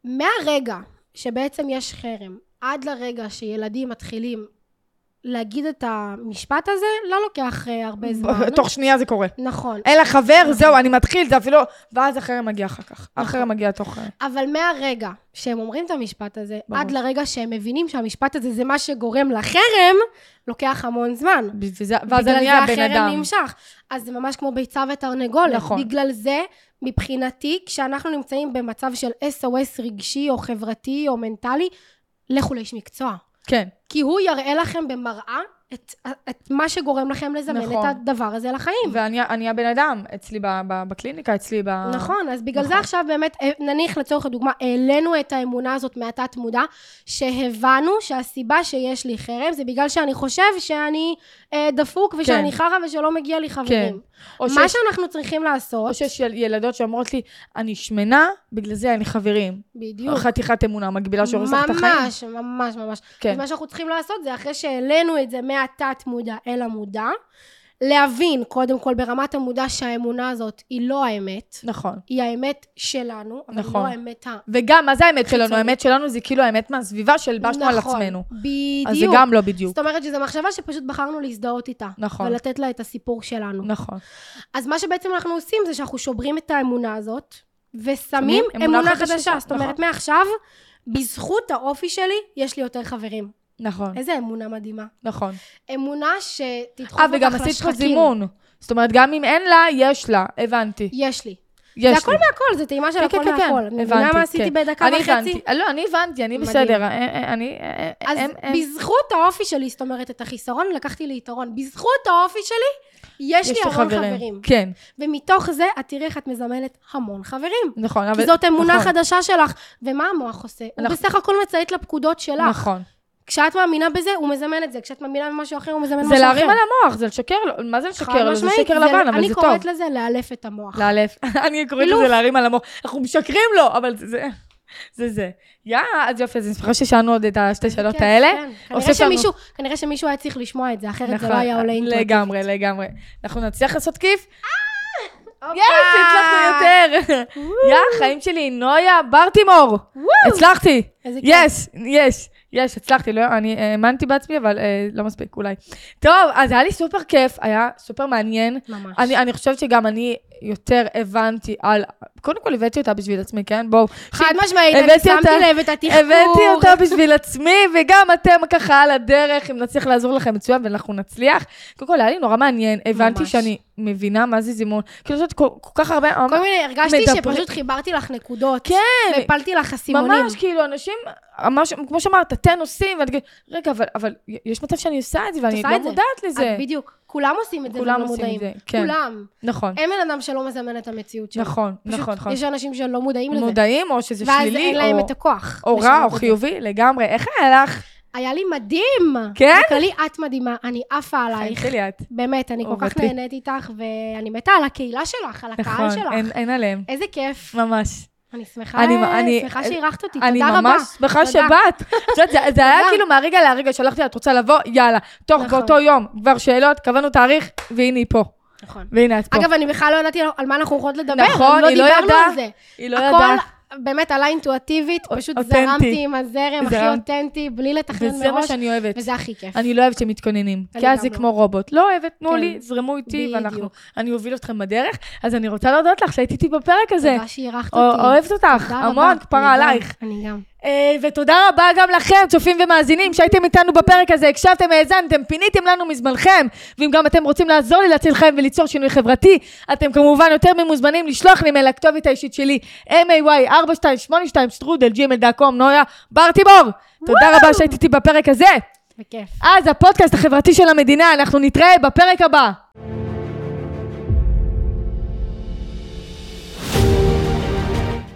Speaker 2: מהרגע שבעצם יש חרם, עד לרגע שילדים מתחילים להגיד את המשפט הזה לא לוקח אה, הרבה זמן.
Speaker 1: תוך שנייה זה קורה.
Speaker 2: נכון.
Speaker 1: אין לה חבר, זהו, אני מתחיל, זה אפילו... ואז החרם מגיע אחר כך.
Speaker 2: נכון.
Speaker 1: החרם מגיע תוך...
Speaker 2: אבל מהרגע שהם אומרים את המשפט הזה,
Speaker 1: ברור.
Speaker 2: עד לרגע שהם מבינים שהמשפט הזה זה מה שגורם לחרם, לוקח המון זמן.
Speaker 1: וזה- ואז
Speaker 2: בגלל
Speaker 1: אני
Speaker 2: זה
Speaker 1: הבן
Speaker 2: החרם
Speaker 1: אדם.
Speaker 2: נמשך. אז זה ממש כמו ביצה ותרנגולת.
Speaker 1: נכון.
Speaker 2: נכון. בגלל זה, מבחינתי, כשאנחנו נמצאים במצב של SOS רגשי, או חברתי, או מנטלי, לכו לאיש מקצוע.
Speaker 1: כן.
Speaker 2: כי הוא יראה לכם במראה את, את מה שגורם לכם לזמן
Speaker 1: נכון.
Speaker 2: נכון. את הדבר הזה לחיים.
Speaker 1: ואני אני הבן אדם, אצלי ב- ב- בקליניקה, אצלי ב...
Speaker 2: נכון, אז בגלל
Speaker 1: נכון.
Speaker 2: זה עכשיו באמת, אה, נניח לצורך הדוגמה, העלינו את האמונה הזאת מהתת מודע, שהבנו שהסיבה שיש לי חרם זה בגלל שאני חושב שאני אה, דפוק ושאני
Speaker 1: כן.
Speaker 2: חרא ושלא מגיע לי חברים.
Speaker 1: או
Speaker 2: מה
Speaker 1: שיש-
Speaker 2: שאנחנו צריכים לעשות,
Speaker 1: או שיש יל- ילדות שאומרות לי, אני שמנה, בגלל זה אין לי חברים.
Speaker 2: בדיוק,
Speaker 1: חתיכת אמונה מגבילה אה, שהורסת לך את החיים.
Speaker 2: ממש, ממש, ממש.
Speaker 1: כן.
Speaker 2: אז מה שאנחנו צריכים לעשות זה אחרי שהעלינו את זה מהתת מודע אל המודע, להבין קודם כל ברמת המודע שהאמונה הזאת היא לא האמת,
Speaker 1: נכון.
Speaker 2: היא האמת שלנו, אבל
Speaker 1: נכון.
Speaker 2: נכון. לא האמת ה...
Speaker 1: וגם, מה זה האמת שלנו?
Speaker 2: חיצוני.
Speaker 1: האמת שלנו זה כאילו האמת מהסביבה שהלבשנו על
Speaker 2: נכון,
Speaker 1: עצמנו.
Speaker 2: בדיוק.
Speaker 1: אז זה גם לא בדיוק.
Speaker 2: זאת אומרת שזו מחשבה שפשוט בחרנו להזדהות איתה.
Speaker 1: נכון.
Speaker 2: ולתת לה את הסיפור שלנו.
Speaker 1: נכון.
Speaker 2: אז מה שבעצם אנחנו עושים זה שאנחנו שוברים את האמונה הזאת,
Speaker 1: שמים
Speaker 2: ושמים
Speaker 1: אמונה
Speaker 2: אמונה,
Speaker 1: חדשה,
Speaker 2: חדשה. זאת אומרת,
Speaker 1: נכון.
Speaker 2: מעכשיו, בזכות האופי שלי, יש לי יותר חברים.
Speaker 1: נכון,
Speaker 2: איזה אמונה מדהימה.
Speaker 1: נכון.
Speaker 2: אמונה שתדחוף
Speaker 1: אה,
Speaker 2: אותך לשחקים.
Speaker 1: וגם עשית פה זימון. זאת אומרת, גם אם אין לה, יש לה. הבנתי.
Speaker 2: יש לי.
Speaker 1: יש לי.
Speaker 2: זה הכל מהכל, זה טעימה של
Speaker 1: כן,
Speaker 2: לא, הכל
Speaker 1: כן, כן, כן.
Speaker 2: מהכל. מבינה
Speaker 1: הבנתי,
Speaker 2: מה עשיתי
Speaker 1: כן.
Speaker 2: בדקה
Speaker 1: אני
Speaker 2: וחצי?
Speaker 1: הבנתי. לא, אני הבנתי, אני
Speaker 2: מדהים.
Speaker 1: בסדר. אה, אה, אני... אה, אה,
Speaker 2: אז
Speaker 1: הם- הם-
Speaker 2: בזכות האופי שלי, זאת אומרת, את החיסרון לקחתי ליתרון. בזכות האופי שלי, יש לי המון חברים.
Speaker 1: כן,
Speaker 2: ומתוך זה את תראי איך את מזמנת המון חברים.
Speaker 1: נכון. אבל-
Speaker 2: כי זאת אמונה
Speaker 1: נכון,
Speaker 2: חדשה שלך. ומה המוח עושה? הוא
Speaker 1: אנחנו-
Speaker 2: בסך הכל מציית לפקודות שלך.
Speaker 1: נכון.
Speaker 2: כשאת מאמינה בזה, הוא מזמן את זה. כשאת מאמינה במשהו אחר, הוא מזמן משהו
Speaker 1: זה
Speaker 2: אחר.
Speaker 1: להרים על המוח, זה לשקר לו. מה זה לשקר לו? זה שקר לבן, אבל זה
Speaker 2: אני
Speaker 1: טוב.
Speaker 2: קוראת לזה לאלף את המוח.
Speaker 1: לאלף. אני קוראת
Speaker 2: אילוף.
Speaker 1: לזה להרים על המוח. אנחנו משקרים לו, אבל זה זה. זה זה. יא, אז יופי, אז אני שמחה ששאלנו עוד את השתי שאלות
Speaker 2: כיף,
Speaker 1: האלה.
Speaker 2: כן. כנראה
Speaker 1: הוספת לנו-
Speaker 2: שמישהו- כנראה שמישהו היה צריך לשמוע את זה, אחרת זה לא היה עולה אינטואיטיבית.
Speaker 1: נכון. לגמרי, לגמרי. אנחנו נצליח לעשות כיף?
Speaker 2: הופה!
Speaker 1: יס, הצלחנו יותר. יא, חיים שלי, נויה ברטימור. הצלחתי.
Speaker 2: איזה כיף.
Speaker 1: יס, יש, יש, הצלחתי, לא, אני האמנתי בעצמי, אבל אה, לא מספיק, אולי. טוב, אז היה לי סופר כיף, היה סופר מעניין.
Speaker 2: ממש.
Speaker 1: אני, אני חושבת שגם אני יותר הבנתי על... קודם כל הבאתי אותה בשביל עצמי, כן? בואו.
Speaker 2: חד משמעית, אני
Speaker 1: הבאתי
Speaker 2: שמתי
Speaker 1: אותה-
Speaker 2: לב את התחקור.
Speaker 1: הבאתי אותה בשביל עצמי, וגם אתם ככה על הדרך, אם נצליח לעזור לכם מצוין, ואנחנו נצליח. קודם כל, היה לי נורא מעניין, הבנתי
Speaker 2: ממש.
Speaker 1: שאני מבינה מה זה זימון. כאילו, זאת כל, כל כך הרבה...
Speaker 2: כל מיני, הרגשתי
Speaker 1: מדברים-
Speaker 2: שפשוט חיברתי לך נקודות.
Speaker 1: כן,
Speaker 2: והפלתי לך אסימונים.
Speaker 1: ממש, כאילו, אנשים, ממש, כמו שאמרת, אתן עושים, ואני כאילו, רגע, אבל, אבל יש מצב שאני עושה את זה, ואני
Speaker 2: עושה
Speaker 1: לא
Speaker 2: את זה.
Speaker 1: מודעת לזה.
Speaker 2: את בדיוק. כולם עושים את זה,
Speaker 1: כולם
Speaker 2: ולא
Speaker 1: עושים את
Speaker 2: מודעים.
Speaker 1: זה, כן.
Speaker 2: כולם.
Speaker 1: נכון,
Speaker 2: אין בן אדם שלא מזמן את המציאות שלו.
Speaker 1: נכון,
Speaker 2: פשוט
Speaker 1: נכון, נכון.
Speaker 2: יש אנשים שלא מודעים לזה.
Speaker 1: מודעים, או שזה
Speaker 2: ואז
Speaker 1: שלילי,
Speaker 2: אין להם
Speaker 1: או-
Speaker 2: את הכוח.
Speaker 1: או רע,
Speaker 2: לשנות
Speaker 1: או
Speaker 2: את זה.
Speaker 1: חיובי, לגמרי. איך היה לך?
Speaker 2: היה לי מדהים!
Speaker 1: כן?
Speaker 2: בכללי את מדהימה, אני עפה
Speaker 1: חיים
Speaker 2: עלייך.
Speaker 1: שלי את.
Speaker 2: באמת, אני כל כך
Speaker 1: אהובתי.
Speaker 2: נהנית איתך, ואני מתה על הקהילה שלך, על הקהל
Speaker 1: נכון, אין-
Speaker 2: שלך.
Speaker 1: אין עליהם.
Speaker 2: איזה כיף.
Speaker 1: ממש.
Speaker 2: אני שמחה
Speaker 1: אני- אני-
Speaker 2: שמחה שאירחת אותי,
Speaker 1: אני
Speaker 2: תודה רבה.
Speaker 1: ממש שמחה
Speaker 2: תודה.
Speaker 1: שבאת. את יודעת, זה- זה היה
Speaker 2: תודה.
Speaker 1: כאילו מהרגע להרגע, שלחתי לה, את רוצה לבוא? יאללה. תוך
Speaker 2: נכון.
Speaker 1: באותו יום, כבר שאלות, קבענו תאריך, והנה היא פה.
Speaker 2: נכון.
Speaker 1: והנה את פה.
Speaker 2: אגב, אני בכלל לא ידעתי על מה אנחנו הולכות לדבר.
Speaker 1: נכון, היא לא
Speaker 2: דיברנו
Speaker 1: ידעה.
Speaker 2: על זה.
Speaker 1: היא לא ידעה.
Speaker 2: הכל באמת עלה אינטואיטיבית, פשוט
Speaker 1: אותנטי.
Speaker 2: זרמתי עם הזרם הכי
Speaker 1: זרמת.
Speaker 2: אותנטי, בלי לתכנן
Speaker 1: וזה מה
Speaker 2: מראש,
Speaker 1: שאני אוהבת.
Speaker 2: וזה הכי כיף.
Speaker 1: אני לא אוהבת שמתכוננים, כי
Speaker 2: גם
Speaker 1: אז זה
Speaker 2: לא.
Speaker 1: כמו רובוט. לא אוהבת, תנו
Speaker 2: כן.
Speaker 1: לי, זרמו איתי,
Speaker 2: בדיוק.
Speaker 1: ואנחנו... אני אוביל אתכם בדרך, אז אני רוצה להודות לך שהיית איתי בפרק הזה.
Speaker 2: תודה שאירחת
Speaker 1: אה,
Speaker 2: אותי.
Speaker 1: אוהבת אותך,
Speaker 2: תודה רבה.
Speaker 1: המון,
Speaker 2: אני
Speaker 1: כפרה
Speaker 2: גם,
Speaker 1: עלייך.
Speaker 2: אני גם.
Speaker 1: אה, ותודה רבה גם לכם, צופים ומאזינים, שהייתם איתנו בפרק הזה, הקשבתם, האזנתם, פיניתם לנו מזמנכם, ואם גם אתם רוצים לעזור לי להציל חיים וליצור שינוי חברתי, אתם כמובן יותר ממוזמנים לשלוח לי מייל לכתובת האישית שלי, may4282strudel@gmail.com, נויה ברטיבור. תודה רבה שהייתי איתי בפרק הזה.
Speaker 2: בכיף.
Speaker 1: אז הפודקאסט החברתי של המדינה, אנחנו נתראה בפרק הבא.